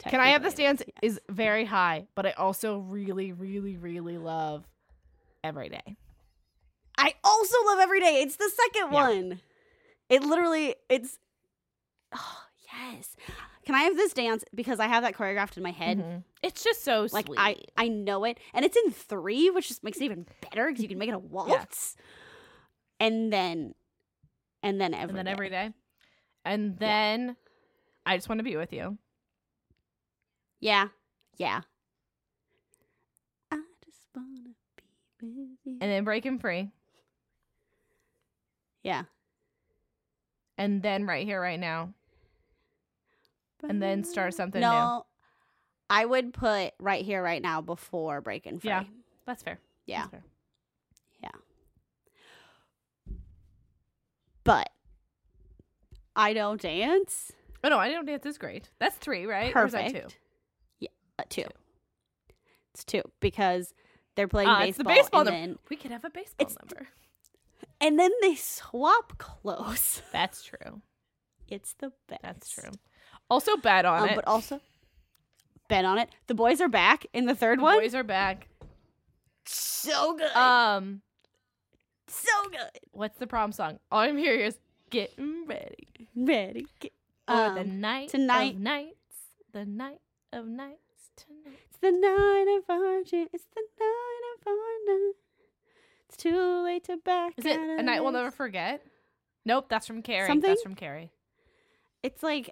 S2: Can I Have This
S1: technically.
S2: Dance is very high, but I also really, really, really love Every Day.
S1: I also love Every Day. It's the second
S2: Yeah.
S1: one. It literally, it's, [sighs] oh, yes. Can I have this dance? Because I have that choreographed in my head.
S2: Mhm. It's just so
S1: Like
S2: sweet.
S1: I, I know it, and it's in three, which just makes it even better because you can make it a waltz, and then, and then every
S2: and then
S1: Day.
S2: Every Day. And then I Just Want to Be With You.
S1: yeah, yeah. I just wanna be with you.
S2: And then Breaking Free.
S1: yeah,
S2: And then Right Here, Right Now. and then start something new.
S1: No, I would put right here, right now, before breaking free.
S2: Yeah. That's fair.
S1: Yeah.
S2: That's fair.
S1: but I don't dance.
S2: Oh no, I don't dance is great. That's three, right? Or is
S1: Perfect.
S2: that two?
S1: Yeah, uh, two. It's two because they're playing
S2: Ah,
S1: baseball.
S2: it's the baseball
S1: and
S2: number.
S1: then,
S2: We could have a baseball
S1: It's-
S2: number.
S1: and then they swap clothes. [laughs]
S2: That's true.
S1: It's the best.
S2: That's true. Also bad on
S1: Um,
S2: it.
S1: but also, bet on it. The boys are back in the third
S2: The
S1: one.
S2: boys are back.
S1: so good,
S2: Um,
S1: so good.
S2: what's the prom song? All I'm hearing is getting ready
S1: Ready? Get,
S2: for the
S1: um,
S2: night
S1: tonight-
S2: of nights. The night of nights tonight.
S1: It's the night of our jam. It's the night of our night. It's too late to back.
S2: Is it
S1: out
S2: a
S1: of
S2: night we'll
S1: this.
S2: never forget? Nope, that's from Carrie.
S1: Something?
S2: That's from Carrie.
S1: It's like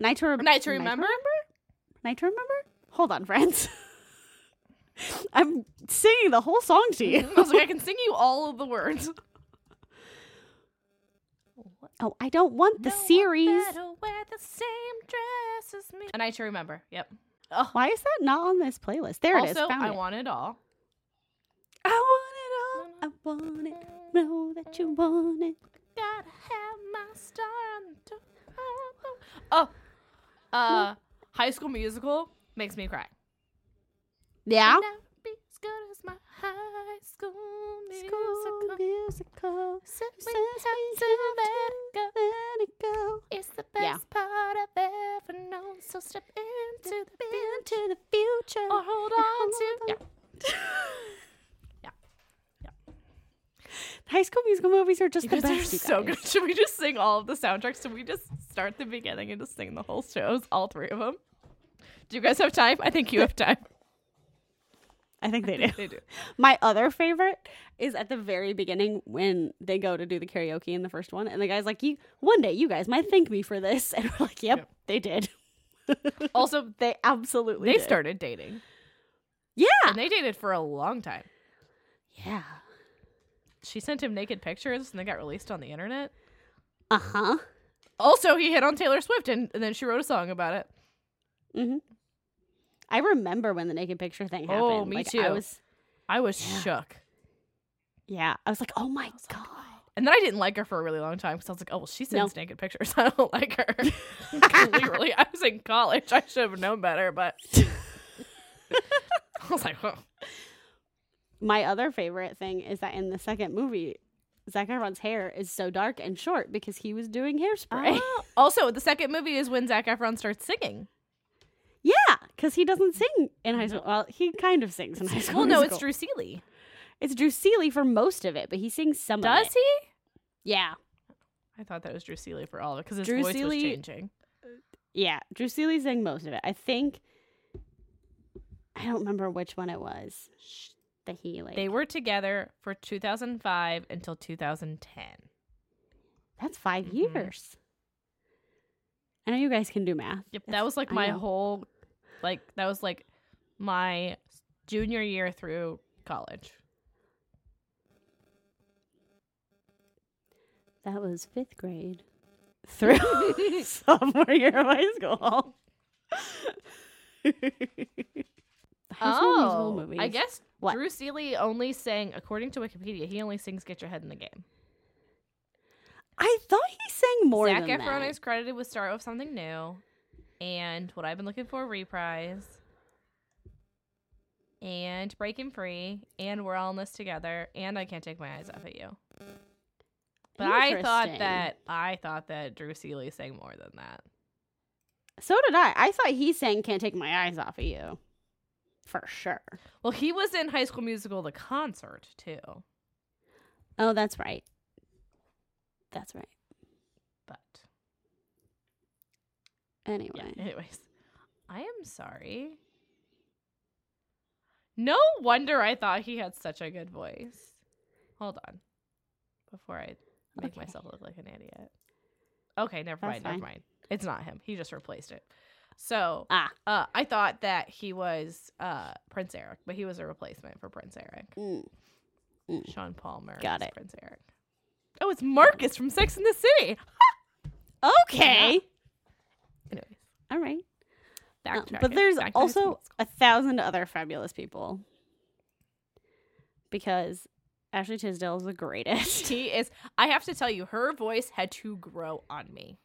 S1: night to, rem-
S2: Night to remember.
S1: Night to remember. Hold on, friends. [laughs] I'm singing the whole song to
S2: [laughs] I [laughs]
S1: you.
S2: was like, I can sing you all of the words.
S1: Oh, I don't want the
S2: No one
S1: series.
S2: better wear the same dress as me. A night to remember. Yep.
S1: Why is that not on this playlist? There
S2: also,
S1: it is. Found
S2: I
S1: it.
S2: want it all.
S1: I want it all. I want it.
S2: Mm.
S1: Know that you want it.
S2: Gotta have my star on the door. Oh, uh, High School Musical makes me cry.
S1: Yeah.
S2: Now be as good as my High School Musical.
S1: School musical.
S2: Said we
S1: Says
S2: had
S1: we
S2: to let it go.
S1: Let it go.
S2: It's the best
S1: Yeah.
S2: part I've ever known. So step into the bench
S1: Into the future.
S2: or hold on to. Yeah. [laughs]
S1: High School Musical movies are just
S2: You
S1: the
S2: guys
S1: best.
S2: are
S1: you
S2: so
S1: guys.
S2: good. Should we just sing all of the soundtracks? Should we just start the beginning and just sing the whole shows, all three of them? Do you guys have time? I think you have time.
S1: I think they do.
S2: [laughs] They [laughs] do.
S1: My other favorite is at the very beginning when they go to do the karaoke in the first one, and the guy's like, "You one day, you guys might thank me for this," [laughs] and we're like, "Yep,
S2: Yep.
S1: they did.
S2: Also,
S1: They absolutely
S2: they
S1: did.
S2: started dating,
S1: Yeah,
S2: and they dated for a long time.
S1: yeah,
S2: She sent him naked pictures, and they got released on the internet.
S1: uh huh,
S2: Also, he hit on Taylor Swift, and, and then she wrote a song about it.
S1: hmm I remember when the naked picture thing happened.
S2: Oh, me
S1: Like, I
S2: too.
S1: was,
S2: I was
S1: Yeah.
S2: shook,
S1: yeah, I was like, "Oh my god."
S2: and then I didn't like her for a really long time because I was like, "Oh, well, she sends naked pictures. [laughs] I don't like her." Clearly, I was in college. I should have known better, [laughs] but I was like, "Whoa."
S1: My other favorite thing is that in the second movie, Zac Efron's hair is so dark and short because he was doing
S2: [laughs]
S1: hairspray.
S2: Oh. Also, the second movie is when Zach Efron starts singing.
S1: Yeah,
S2: Ah.
S1: [laughs] because he doesn't sing in high school. Well, he kind of sings in high school.
S2: Mm-hmm. Well,
S1: [laughs]
S2: no, it's
S1: Musical.
S2: Drew Seeley.
S1: It's Drew Seeley for most of it, but he sings some.
S2: Does
S1: of it.
S2: he?
S1: Yeah,
S2: I thought that was Drew Seeley for all of it because his
S1: Drew
S2: voice
S1: Seeley-
S2: was changing.
S1: yeah. Drew Seeley sang most of it. I think. I don't remember which one it was. That he like.
S2: They were together for 2005 until 2010.
S1: That's 5
S2: Mhm.
S1: years. I know you guys can do math.
S2: Yep, that
S1: That's-
S2: was like
S1: I
S2: my
S1: know.
S2: whole, like that was like my junior year through college.
S1: That was fifth grade [laughs] through sophomore year of high school. High School Musical movies.
S2: Oh, I guess
S1: What?
S2: Drew Seeley only sang, according to Wikipedia, he only sings "Get Your Head in the Game."
S1: I thought he sang more
S2: Zac
S1: than
S2: Efron
S1: that.
S2: is credited with "Start with Something New," and what I've been looking for reprise, and Breaking Free, and We're All in This Together, and I Can't Take My Eyes Off at You. But I thought
S1: Interesting.
S2: that I thought that Drew Seeley sang more than that.
S1: So did I. I thought he sang "Can't Take My Eyes Off of You," for sure.
S2: Well, he was in High School Musical: The Concert too,
S1: Oh, that's right. That's right.
S2: but Yeah.
S1: Anyway,
S2: [laughs] Anyways, I am sorry. No wonder I thought he had such a good voice. Hold on, before I make
S1: Okay.
S2: myself look like an idiot. Okay, never
S1: That's
S2: mind. Never
S1: fine.
S2: mind. It's not him. He just replaced it. So
S1: Ah.
S2: uh, I thought that he was uh, Prince Eric, but he was a replacement for Prince Eric.
S1: Mm.
S2: Sean Palmer.
S1: Got
S2: is
S1: it.
S2: Prince Eric. Oh, it's Marcus from Sex and the City.
S1: okay.
S2: Anyways,
S1: All right. Uh,
S2: backtracking.
S1: but there's
S2: Back to High
S1: also
S2: School Musical.
S1: a thousand other fabulous people because Ashley Tisdale is the
S2: [laughs]
S1: greatest.
S2: She is. I have to tell you, her voice had to grow on me.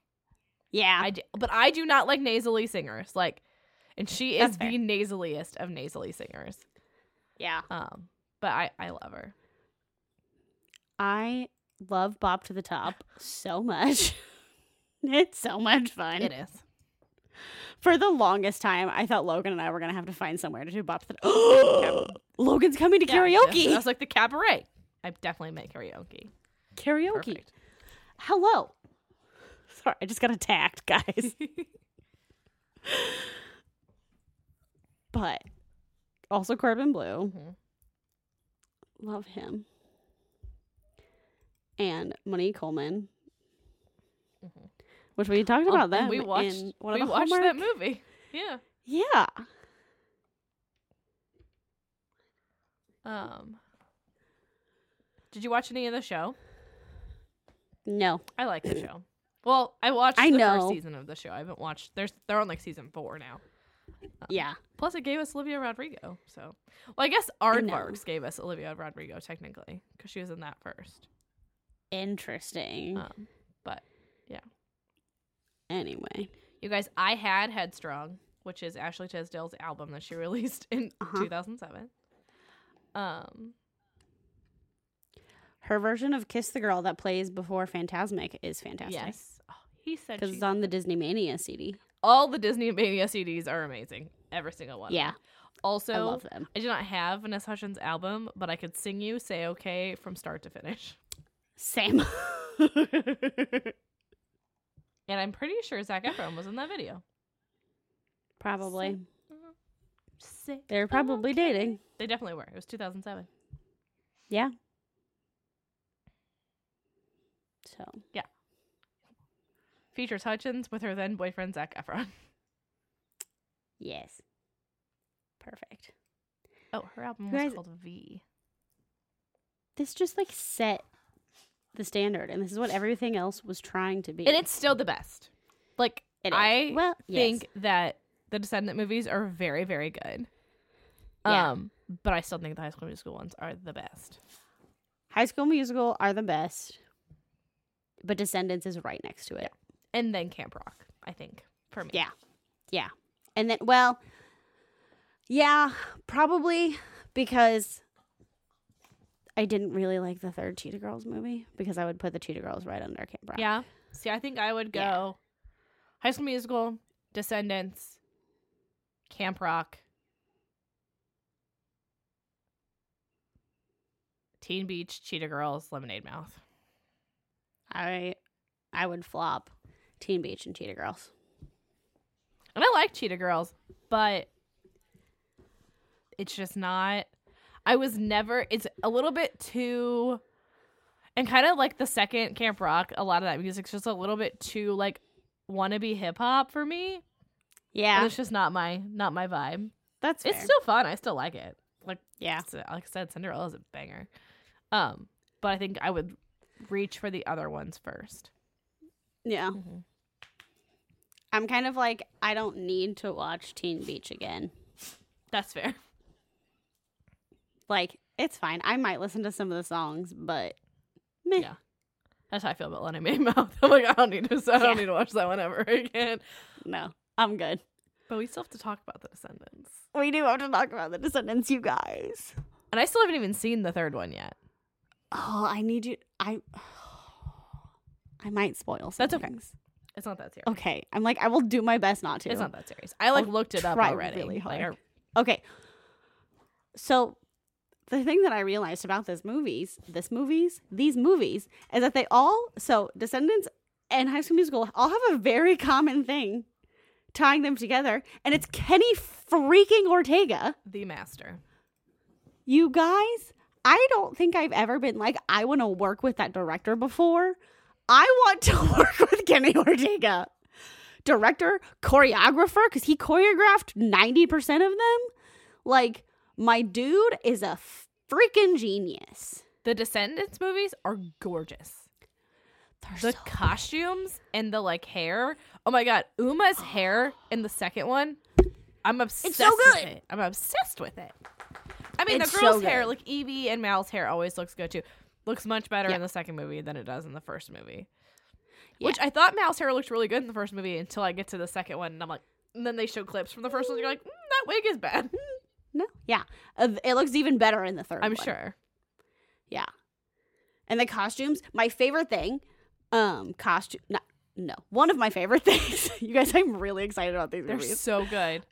S1: yeah,
S2: I do, but I do not like nasally singers. Like, and she
S1: That's
S2: is
S1: fair.
S2: the nasaliest of nasally singers.
S1: yeah.
S2: Um, but I I love her.
S1: I love Bop to the Top so much. [laughs] it's so much fun.
S2: It is.
S1: For the longest time, I thought Logan and I were gonna have to find somewhere to do Bop to the [gasps]
S2: [gasps]
S1: Top. Logan's coming to [laughs]
S2: Yeah,
S1: karaoke.
S2: just- I was like the cabaret. I definitely make karaoke.
S1: karaoke.
S2: Perfect.
S1: Hello. [laughs] Sorry, I just got attacked,
S2: [laughs]
S1: guys. but also Corbin Blue.
S2: Mhm. Mm-hmm.
S1: Love him. And Monique Coleman.
S2: Mhm.
S1: Which we talked
S2: Um,
S1: about
S2: and
S1: them
S2: we watched.
S1: in one of
S2: we
S1: the
S2: watched
S1: Hallmark-
S2: that movie. Yeah.
S1: Yeah.
S2: Um. Did you watch any of the show?
S1: No.
S2: I
S1: [clears throat]
S2: like the show. Well, I watched
S1: I
S2: the
S1: know.
S2: first season of the show. I haven't watched. There's they're on like season four now.
S1: Yeah.
S2: Plus, it gave us Olivia Rodrigo. So, well, I guess
S1: know.
S2: Aardvarks gave us Olivia Rodrigo technically because she was in that first.
S1: Interesting.
S2: Um, but
S1: anyway.
S2: you guys, I had Headstrong, which is Ashley Tisdale's album that she [laughs] released in
S1: Uh-huh.
S2: 2007. Um,
S1: Her version of Kiss the Girl that plays before Phantasmic is fantastic.
S2: yes, oh, he said
S1: Because
S2: she's-
S1: it's on the Disney Mania CD.
S2: all the Disney Mania CDs are amazing. Every single one. of
S1: Yeah.
S2: them. Also,
S1: I love them.
S2: I do not have Vanessa Hudgens' album, but I could sing you "Say Okay" from start to finish.
S1: Same. [laughs]
S2: And I'm pretty sure Zach Efron was in that video.
S1: probably.
S2: Say
S1: They're probably dating.
S2: They definitely were. It was 2007.
S1: Yeah. So
S2: Features Hutchins with her then boyfriend Zach Efron.
S1: yes. Perfect.
S2: [laughs] Oh, her album
S1: You
S2: was
S1: guys-
S2: called V.
S1: This just like set the standard and this is what everything else was trying to be.
S2: And it's still the best. Like
S1: It is.
S2: I
S1: well,
S2: think
S1: yes.
S2: that the Descendant movies are very, very good.
S1: Yeah.
S2: Um, but I still think the High School Musical ones are the best.
S1: High School Musical are the best. But Descendants is right next to it.
S2: And then Camp Rock, I think, for me.
S1: Yeah. And then, well, yeah, probably because I didn't really like the third Cheetah Girls movie because I would put the Cheetah Girls right under Camp Rock.
S2: Yeah. See, I think I would go
S1: Yeah.
S2: High School Musical, Descendants, Camp Rock, Teen Beach, Cheetah Girls, Lemonade Mouth.
S1: I I would flop Teen Beach and Cheetah Girls.
S2: And I like Cheetah Girls, but it's just not. I was never. It's a little bit too. And kind of like the second Camp Rock, a lot of that music's just a little bit too like wannabe hip hop for me. And
S1: Yeah,
S2: it's just not my not my vibe.
S1: that's
S2: It's still fun. I still like it. Like
S1: Yeah.
S2: so, like I said, Cinderella is a banger. Um, but I think I would reach for the other ones 1st
S1: Yeah.
S2: Mhm.
S1: I'm kind of like, I don't need to watch Teen Beach again.
S2: That's fair.
S1: Like, it's fine. I might listen to some of the songs, but meh.
S2: Yeah. That's how I feel about Lenny Mae Mouth. [laughs] I'm like, I don't need to. I don't
S1: Yeah.
S2: need to watch that one ever [laughs] again.
S1: No, I'm good.
S2: But we still have to talk about The Descendants,
S1: We do have to talk about the Descendants, you guys.
S2: and I still haven't even seen the third one yet.
S1: Oh, I need you. I. [sighs] I might spoil some
S2: That's okay.
S1: things.
S2: It's not that serious.
S1: Okay. I'm like, I will do my best not to.
S2: It's not that serious. I like
S1: I'll
S2: looked it up
S1: try
S2: already.
S1: really
S2: Like,
S1: hard.
S2: I-
S1: Okay. So the thing that I realized about this movies, this movies, these movies, is that they all so Descendants and High School Musical all have a very common thing tying them together, and it's Kenny freaking Ortega.
S2: the Master.
S1: You guys, I don't think I've ever been like, I want to work with that director before. I want to [laughs] work with Kenny Ortega. Director, choreographer, because he choreographed 90% of them. Like, my dude is a freaking genius.
S2: The Descendants movies are gorgeous.
S1: They're
S2: The
S1: so-
S2: costumes and the like hair. Oh my god,
S1: [gasps]
S2: Uma's hair in the second one. I'm obsessed
S1: good.
S2: with it. I'm obsessed with it. I mean,
S1: It's
S2: the
S1: so
S2: girl's hair,
S1: good.
S2: like Evie and Mal's hair, always looks good too. Looks much better
S1: Yeah.
S2: in the second movie than it does in the first movie. Which I thought Mal's hair looked really good in the first movie until I get to the second one, and I'm like, and then they show clips from the first one. And you're like, mm, that wig is bad. [laughs]
S1: no, yeah. Uh, it looks even better in the third
S2: I'm
S1: one.
S2: sure.
S1: Yeah. And the costumes, my favorite thing, um, costume, no, no, one of my favorite [laughs] things. you guys, I'm really excited about these
S2: They're
S1: movies.
S2: so good.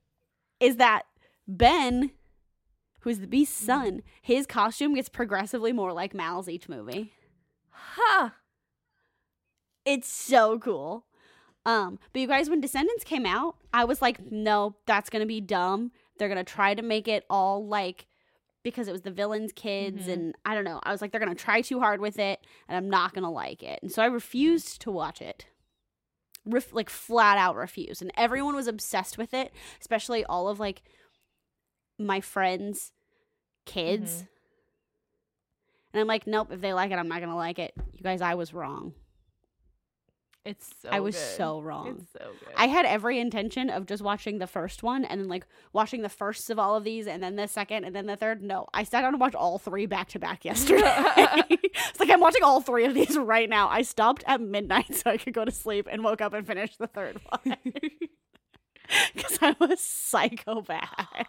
S1: is that Ben, who's the Beast's son, his costume gets progressively more like Mal's each movie.
S2: Huh.
S1: It's so cool. Um, but you guys, when Descendants came out, I was like, no, that's gonna be dumb. They're gonna try to make it all like because it was the villain's kids,
S2: Mhm.
S1: and I don't know. I was like, they're gonna try too hard with it, and I'm not gonna like it. And so I refused to watch it. Ref- like flat out refused. And everyone was obsessed with it, especially all of like my friends' kids. And I'm like, nope, if they like it, I'm not gonna like it. You guys, I was wrong.
S2: It's so.
S1: I was
S2: good.
S1: so wrong.
S2: It's so good.
S1: I had every intention of just watching the first one and then like watching the firsts of all of these and then the second and then the third. No, I sat down and watched all three back to back
S2: [laughs]
S1: yesterday. it's like I'm watching all three of these right now. I stopped at midnight [laughs] so I could go to sleep and woke up and finished the third
S2: [laughs]
S1: one. [laughs] Because I'm a psychopath.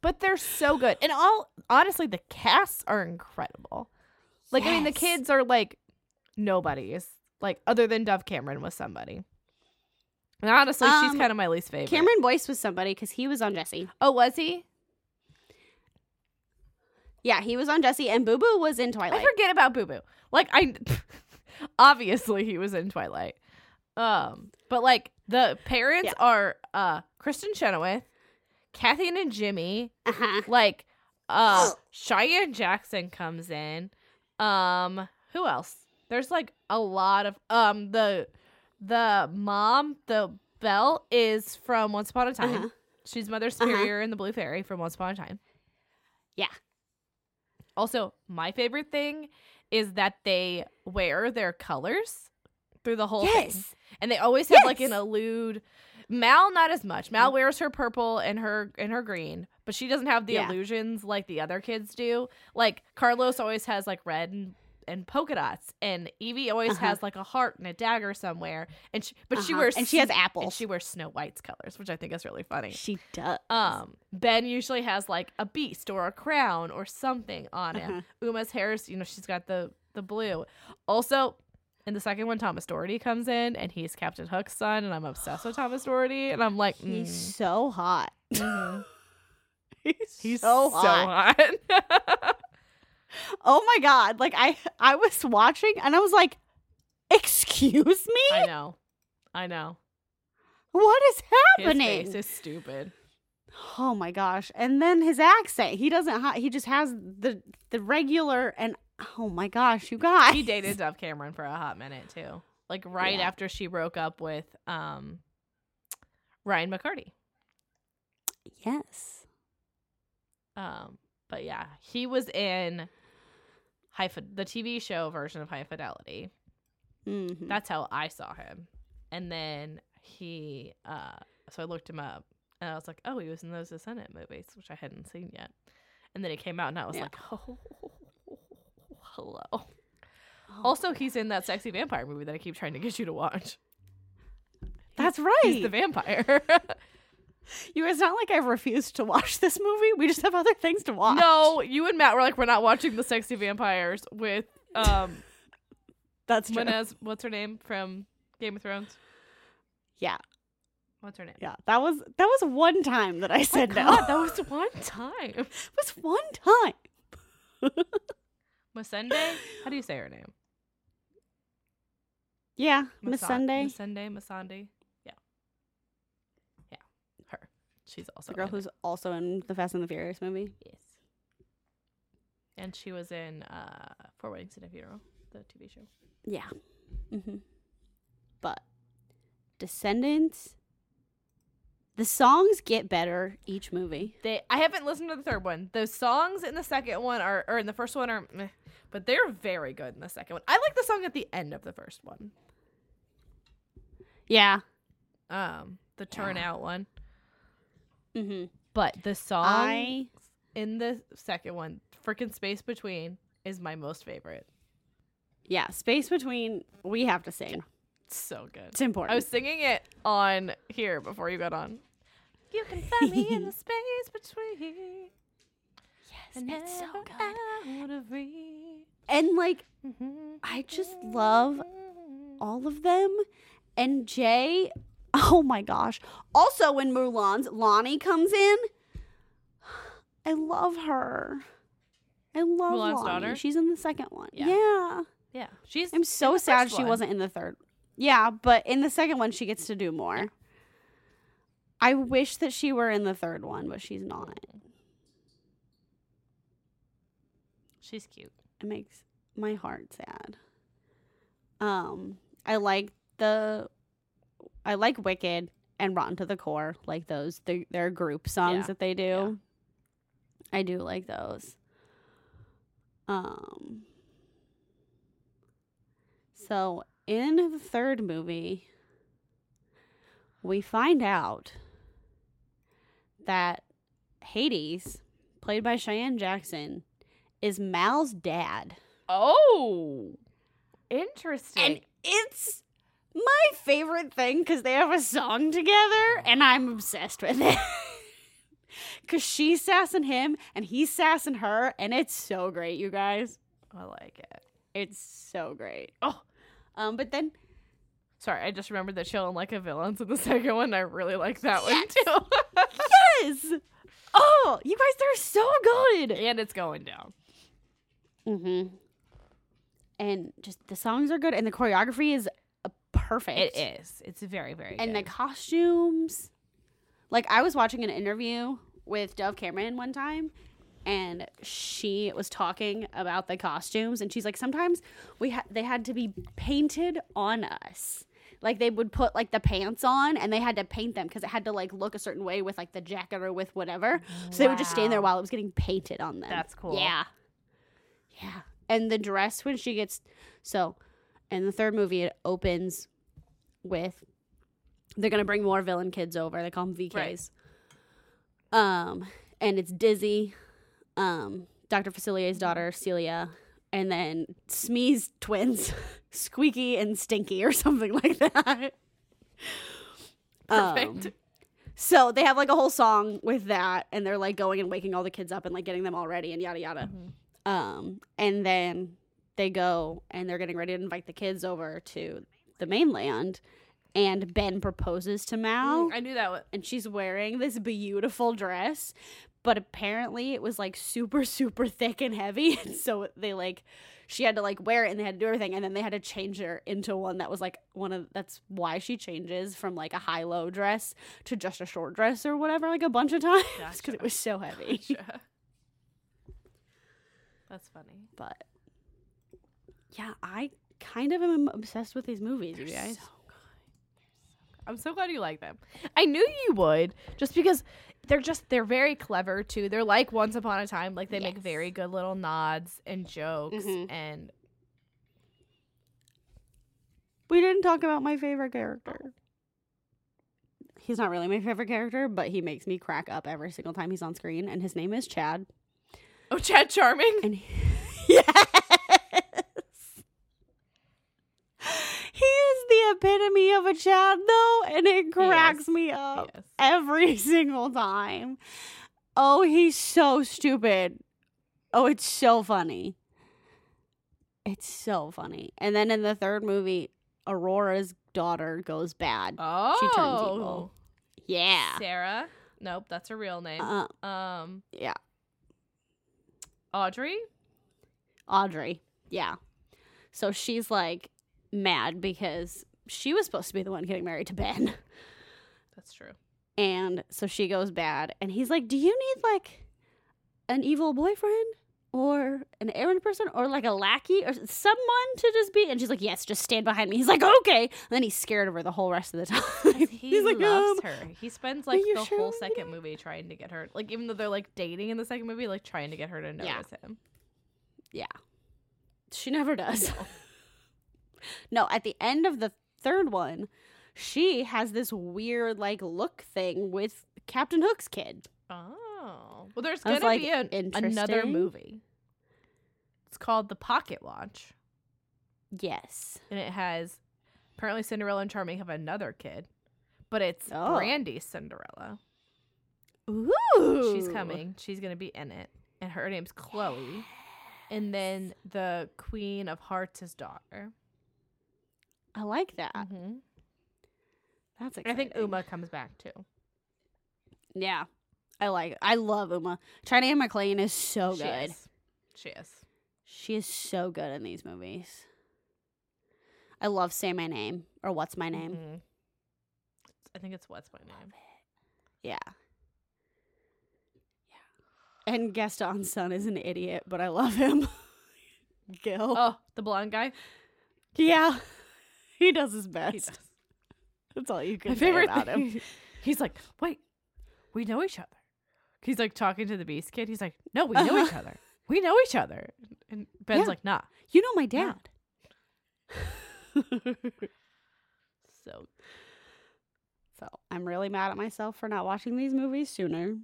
S2: but they're so good. And all honestly, the casts are incredible. Like I mean, the
S1: Yes.
S2: kids are like nobodies. Like other than Dove Cameron was somebody. And honestly, she's
S1: Um,
S2: kind of my least favorite.
S1: Cameron Boyce was somebody because he was on Jesse.
S2: Oh, was he?
S1: Yeah, he was on Jesse and Boo Boo was in
S2: I
S1: Twilight.
S2: forget about Boo Boo. Like I [laughs] obviously he was in Twilight. Um, but like the parents
S1: Yeah.
S2: are uh Kristen Chenoweth, Kathy and Jimmy,
S1: Uh-huh.
S2: [laughs] like
S1: [gasps]
S2: uh Cheyenne Jackson comes in. Um who else? There's like a lot of um the the mom, the Belle is from Once Upon a Time.
S1: Uh-huh.
S2: She's Mother
S1: Uh-huh.
S2: Superior in the Blue Fairy from Once Upon a Time.
S1: Yeah.
S2: Also, my favorite thing is that they wear their colors through the whole thing.
S1: Yes.
S2: And they always have like an
S1: Yes. Mm.
S2: elude Mal not as much. Mal wears her purple and her and her green, but she doesn't have the
S1: Yeah.
S2: illusions like the other kids do. Like Carlos always has like red and and polka dots, and Evie always
S1: Uh-huh.
S2: has like a heart and a dagger somewhere. And she, but she
S1: Uh-huh.
S2: wears
S1: and she has
S2: sn-
S1: apples.
S2: and she wears Snow White's colors, which I think is really funny.
S1: She does.
S2: Um, Ben usually has like a beast or a crown or something on him.
S1: Uh-huh.
S2: Uma's hair is, you know, she's got the the blue. Also, in the second one, Thomas Doherty comes in and he's Captain Hook's son, and I'm obsessed with Thomas Doherty, and I'm like,
S1: He's
S2: mm,
S1: so hot.
S2: mhm.
S1: He's,
S2: he's so, hot. [laughs]
S1: Oh my god! Like I, I was watching and I was like, "Excuse me,
S2: I know, I know.
S1: what is
S2: His face
S1: happening?"
S2: is stupid.
S1: Oh my gosh! And then his accent—he doesn't. Ha- he just has the the regular and oh my gosh, you guys.
S2: He dated Dove Cameron for a hot minute too, like right
S1: Yeah.
S2: after she broke up with um Ryan McCarty.
S1: Yes.
S2: Um, But yeah, he was in High Fid- the TV show version of High Fidelity.
S1: Mhm.
S2: That's how I saw him. And then he, uh, so I looked him up and I was like, oh, he was in those Descendant movies, which I hadn't seen yet. And then it came out and I was
S1: Yeah.
S2: like, [laughs] oh, hello. also, he's in that sexy vampire movie that I keep trying to get you to watch.
S1: That's right.
S2: He's the vampire.
S1: you it's not like I've refused to watch this movie. We just have other things to watch.
S2: [laughs] no, you and Matt were like, we're not watching the sexy vampires with um,
S1: that's true.
S2: Minez, what's her name from Game of Thrones?
S1: yeah,
S2: What's her name?
S1: yeah. That was that was one time that I said no.
S2: Oh God,
S1: [laughs]
S2: that was one time.
S1: was one time.
S2: Masende? How do you say her name?
S1: Yeah, Miss Sunday,
S2: Sunday, Masande. Yeah. Yeah. Her. She's also
S1: the girl
S2: in it.
S1: who's also in the Fast and the Furious movie.
S2: Yes. And she was in uh Four Weddings and a Funeral, the TV show.
S1: Yeah. hmm But Descendants, the songs get better each movie.
S2: They I haven't listened to the third one. The songs in the second one are or in the first one are meh, but they're very good in the second one. I like the song at the end of the first one.
S1: Yeah.
S2: Um the turnout one.
S1: Mm-hmm.
S2: But the song
S1: I
S2: in the second one, freaking Space Between is my most favorite.
S1: yeah. Space between we have to sing. Oh,
S2: It's so good.
S1: It's important.
S2: I was singing it on here before you got on. You can find me
S1: [laughs]
S2: in the space between. Yes,
S1: it's so good.
S2: Out of reach.
S1: and like I just love all of them. And Jay, [laughs] oh my gosh. Also, when Mulan's Lonnie comes in, I love her. I love
S2: Mulan's
S1: Lonnie.
S2: daughter?
S1: She's in the second one.
S2: Yeah.
S1: Yeah.
S2: Yeah, she's.
S1: I'm
S2: in
S1: so
S2: the
S1: sad
S2: first
S1: she
S2: one.
S1: wasn't in the third. Yeah, but in the second one, she gets to do more. I wish that she were in the third one, but she's not.
S2: She's cute.
S1: it makes my heart sad. Um, I like the, I like Wicked and Rotten to the Core, like those they, their group songs
S2: Yeah.
S1: that they do. I do like those. Um, so in the third movie, we find out that Hades, played by Cheyenne Jackson, is Mal's dad.
S2: Oh, interesting.
S1: And it's my favorite thing because they have a song together and I'm obsessed with it. [laughs] Because she's sassing him and he's sassing her, and it's so great, you guys.
S2: I like it.
S1: It's so great.
S2: Oh.
S1: Um, but then
S2: Sorry, I just remembered that she and like a villain's in the second one. I really like that one too. [laughs]
S1: yes, oh, you guys, they're so good.
S2: and it's going down.
S1: Mm-hmm. And just the songs are good, and the choreography is uh, perfect.
S2: It is. It's very, very
S1: and the
S2: good.
S1: costumes. Like I was watching an interview with Dove Cameron one time and she was talking about the costumes and she's like sometimes we ha- they had to be painted on us. Like they would put like the pants on and they had to paint them cuz it had to like look a certain way with like the jacket or with whatever. So they would just stand there
S2: Wow.
S1: while it was getting painted on them.
S2: That's cool.
S1: Yeah. Yeah. And the dress when she gets so in the third movie it opens with they're gonna bring more villain kids over. They call them VKs.
S2: Right.
S1: Um, and it's Dizzy, um, Dr. Facilier's daughter Celia, and then Smee's twins, [laughs] Squeaky and Stinky, or something [laughs] like that. Um,
S2: Perfect.
S1: so they have like a whole song with that, and they're like going and waking all the kids up and like getting them all ready and yada yada.
S2: Mm-hmm.
S1: Um, and then they go and they're getting ready to invite the kids over to the mainland, and Ben proposes to Mal
S2: I knew that. One.
S1: and she's wearing this beautiful dress but apparently it was like super super thick and heavy [laughs] and so they like she had to like wear it and they had to do everything and then they had to change her into one that was like one of that's why she changes from like a high low dress to just a short dress or whatever like a bunch of times because
S2: Gotcha.
S1: it was so heavy
S2: [laughs] That's funny.
S1: but yeah i kind of am obsessed with these movies you guys
S2: I'm so glad you like them. I knew you would, just because they're just they're very clever too. They're like Once Upon a Time, like they make
S1: Yes.
S2: very good little nods and jokes
S1: Mhm.
S2: and [laughs]
S1: We didn't talk about my favorite character. He's not really my favorite character, but he makes me crack up every single time he's on screen, and his name is Chad.
S2: oh Chad Charming.
S1: And he- [laughs] yes, he is the epitome of a Chad, though, and it cracks me up
S2: Yes.
S1: every [laughs] single time. Oh, he's so stupid. Oh, it's so funny. It's so funny. And then in the third movie, Aurora's daughter goes bad.
S2: Oh,
S1: She turns evil. yeah.
S2: Sarah. Nope, that's her real name.
S1: Uh,
S2: um,
S1: yeah.
S2: Audrey.
S1: Audrey. Yeah. So she's like mad because she was supposed to be the one getting married to Ben.
S2: That's true.
S1: And so she goes bad. And he's like, Do you need like an evil boyfriend or an errand person or like a lackey or someone to just be? And she's like, Yes, just stand behind me. He's like, Okay. And then he's scared of her the whole rest of the [laughs] time.
S2: He
S1: he's like,
S2: loves
S1: "Um,
S2: her. He spends
S1: are
S2: like
S1: you
S2: the
S1: sure
S2: whole
S1: we
S2: second movie trying to get her. Like even though they're like dating in the second movie, like trying to get her to
S1: Yeah.
S2: notice him.
S1: She never does. [laughs] no, at the end of the third one, she has this weird like look thing with Captain Hook's kid.
S2: Oh. Well, there's
S1: I was
S2: gonna
S1: like,
S2: be an, another
S1: "Interesting."
S2: movie. It's called The Pocket Watch,
S1: Yes.
S2: and it has apparently Cinderella and Charming have another kid, but it's
S1: Oh.
S2: Brandy's Cinderella.
S1: Ooh.
S2: She's coming. She's gonna be in it, and her name's Chloe. And then the Queen of Hearts' is daughter.
S1: I like that.
S2: Mm-hmm.
S1: That's Ah,
S2: I
S1: exciting.
S2: think Uma comes back too.
S1: Yeah. I like I love Uma. China McLean is so
S2: She
S1: good.
S2: is. She is.
S1: She is so good in these movies. I love Say My Name or What's My Name.
S2: Mhm. I think it's what's my name.
S1: Yeah. Yeah. And Gaston's son is an idiot, but I love him. [laughs] Gil.
S2: Oh, the blonde guy.
S1: Yeah. He does his best.
S2: He does.
S1: That's all you can
S2: My [laughs]
S1: say
S2: favorite
S1: about him.
S2: thing. He's like, wait, we know each other. He's like talking to the Beast Kid. He's like, no, we
S1: [laughs]
S2: know each other. We know each other. And Ben's
S1: Yeah.
S2: like, nah.
S1: You know my
S2: Yeah.
S1: dad.
S2: So
S1: [laughs] So I'm really mad at myself for not watching these movies sooner.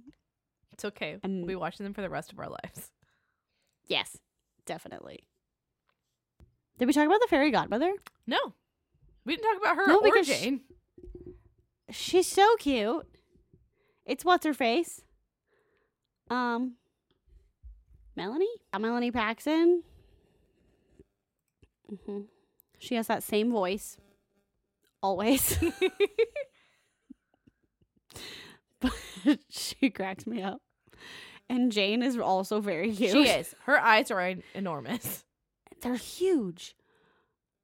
S2: it's okay.
S1: Um,
S2: We'll be watching them for the rest of our lives. [laughs]
S1: Yes, definitely. Did we talk about the fairy godmother?
S2: No, we didn't talk about her
S1: No,
S2: or
S1: because she-
S2: Jane.
S1: She's so cute. It's what's her face? Um, Melanie. Uh, Melanie Paxson. hmm She has that same voice always. [laughs] but she cracks me up. And Jane is also very cute.
S2: She is. Her eyes are en- enormous.
S1: They're huge.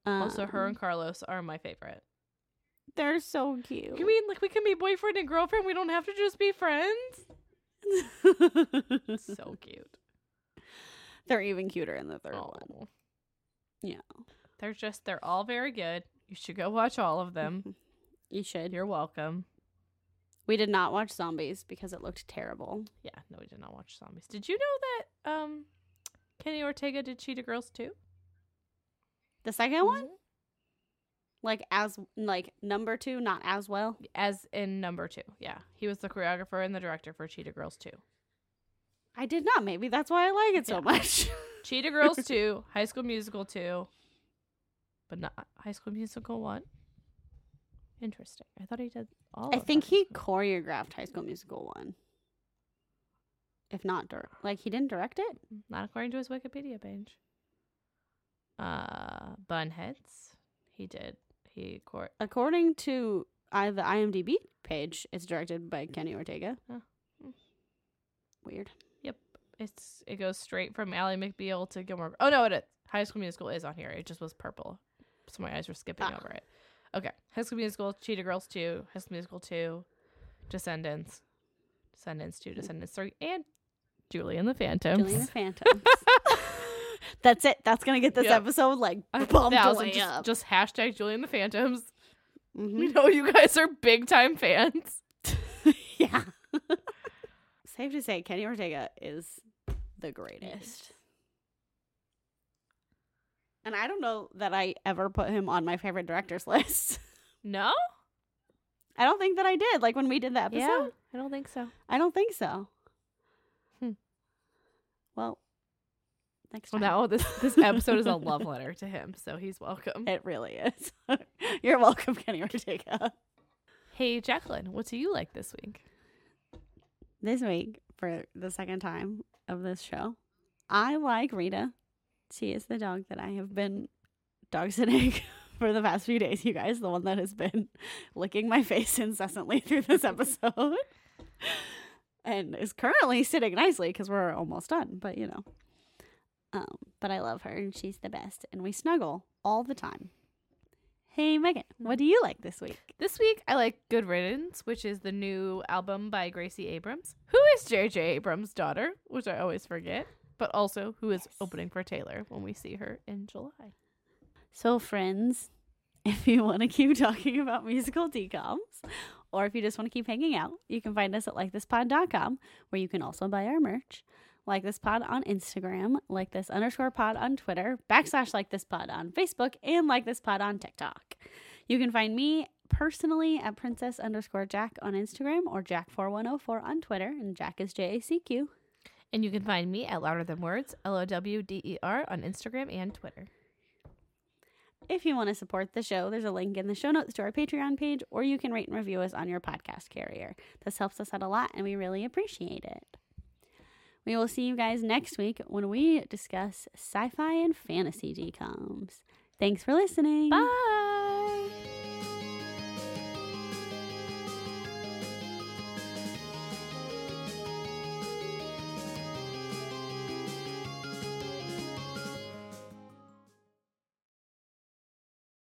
S2: also, her
S1: [laughs] Um,
S2: and Carlos are my favorite.
S1: They're so cute.
S2: You mean like we can be boyfriend and girlfriend? We don't have to just be friends.
S1: [laughs]
S2: So cute.
S1: They're even cuter in the third one.
S2: Aw.
S1: Yeah.
S2: They're just, they're all very good. You should go watch all
S1: [laughs]
S2: of them.
S1: You should.
S2: You're welcome.
S1: We did not watch zombies because it looked terrible.
S2: Yeah, no, we did not watch zombies. Did you know that um Kenny Ortega did Cheetah Girls too? Mm-hmm.
S1: The 2nd one, like as like number two, not as well.
S2: As in number two. Yeah. He was the choreographer and the director for Cheetah Girls 2.
S1: I did not. Maybe that's why I like it so
S2: Yeah.
S1: much. [laughs]
S2: Cheetah Girls 2, High School Musical 2, but not High School Musical 1. Interesting. I thought he did all
S1: I
S2: of
S1: think
S2: them.
S1: he choreographed High School Musical one. If not, dir- like he didn't direct it.
S2: Not according to his Wikipedia page. Uh, Bunheads. He did. He court.
S1: According to I, the IMDb page, it's directed by Kenny Ortega.
S2: Oh. Hmm.
S1: Weird.
S2: Yep. It's it goes straight from Ally McBeal to Gilmore. Oh no, it is. High School Musical is on here. It just was purple, so my eyes were skipping
S1: Ah.
S2: over it. Okay. High School Musical, Cheetah Girls two, High School Musical two, Descendants, Descendants two, Descendants three, and Julie and the Phantoms.
S1: Julian the Phantoms. [laughs] That's it. That's gonna get this
S2: Yep.
S1: episode like
S2: A
S1: bumped
S2: thousand,
S1: way
S2: just,
S1: up.
S2: just hashtag Julie and the Phantoms.
S1: Mhm.
S2: [laughs] We know you guys are big time fans.
S1: [laughs] yeah. [laughs] safe to say Kenny Ortega is the greatest. And I don't know that I ever put him on my favorite directors [laughs] list.
S2: No?
S1: I don't think that I did. Like when we did the episode,
S3: Yeah, I don't think so.
S1: I don't think so.
S3: Hmm.
S1: Well, next
S2: Well,
S1: time.
S2: now this, [laughs] this episode is a love letter to him, so he's welcome.
S1: It really is. [laughs] You're welcome, Kenny Ortega.
S2: Hey, Jacqueline, what do you like this week?
S1: This week, for the second time of this show, I like Rita. She is the dog that I have been dog sitting [laughs] for the past few days, you guys. The one that has been [laughs] licking my face incessantly [laughs] through this episode. [laughs] and is currently sitting nicely because we're almost done, but you know. Um, but I love her and she's the best. And we snuggle all the time. Hey, Megan, what do you like this week?
S2: This week, I like Good Riddance, which is the new album by Gracie Abrams, who is J.J. Abrams' daughter, which I always forget, but also who is opening for Taylor when we see her in July.
S1: So, friends, [laughs] if you want to keep talking about musical decoms, or if you just want to keep hanging out, you can find us at likethispod.com, where you can also buy our merch. Like this pod on Instagram, like this underscore pod on Twitter, backslash like this pod on Facebook, and like this pod on TikTok. You can find me personally at princess underscore Jack on Instagram or Jack4104 on Twitter, and Jack is J A C Q.
S2: And you can find me at Louder Than Words, L O W D E R, on Instagram and Twitter.
S1: If you want to support the show, there's a link in the show notes to our Patreon page, or you can rate and review us on your podcast carrier. This helps us out a lot, and we really appreciate it. We will see you guys next week when we discuss sci fi and fantasy decoms. Thanks for listening.
S2: Bye!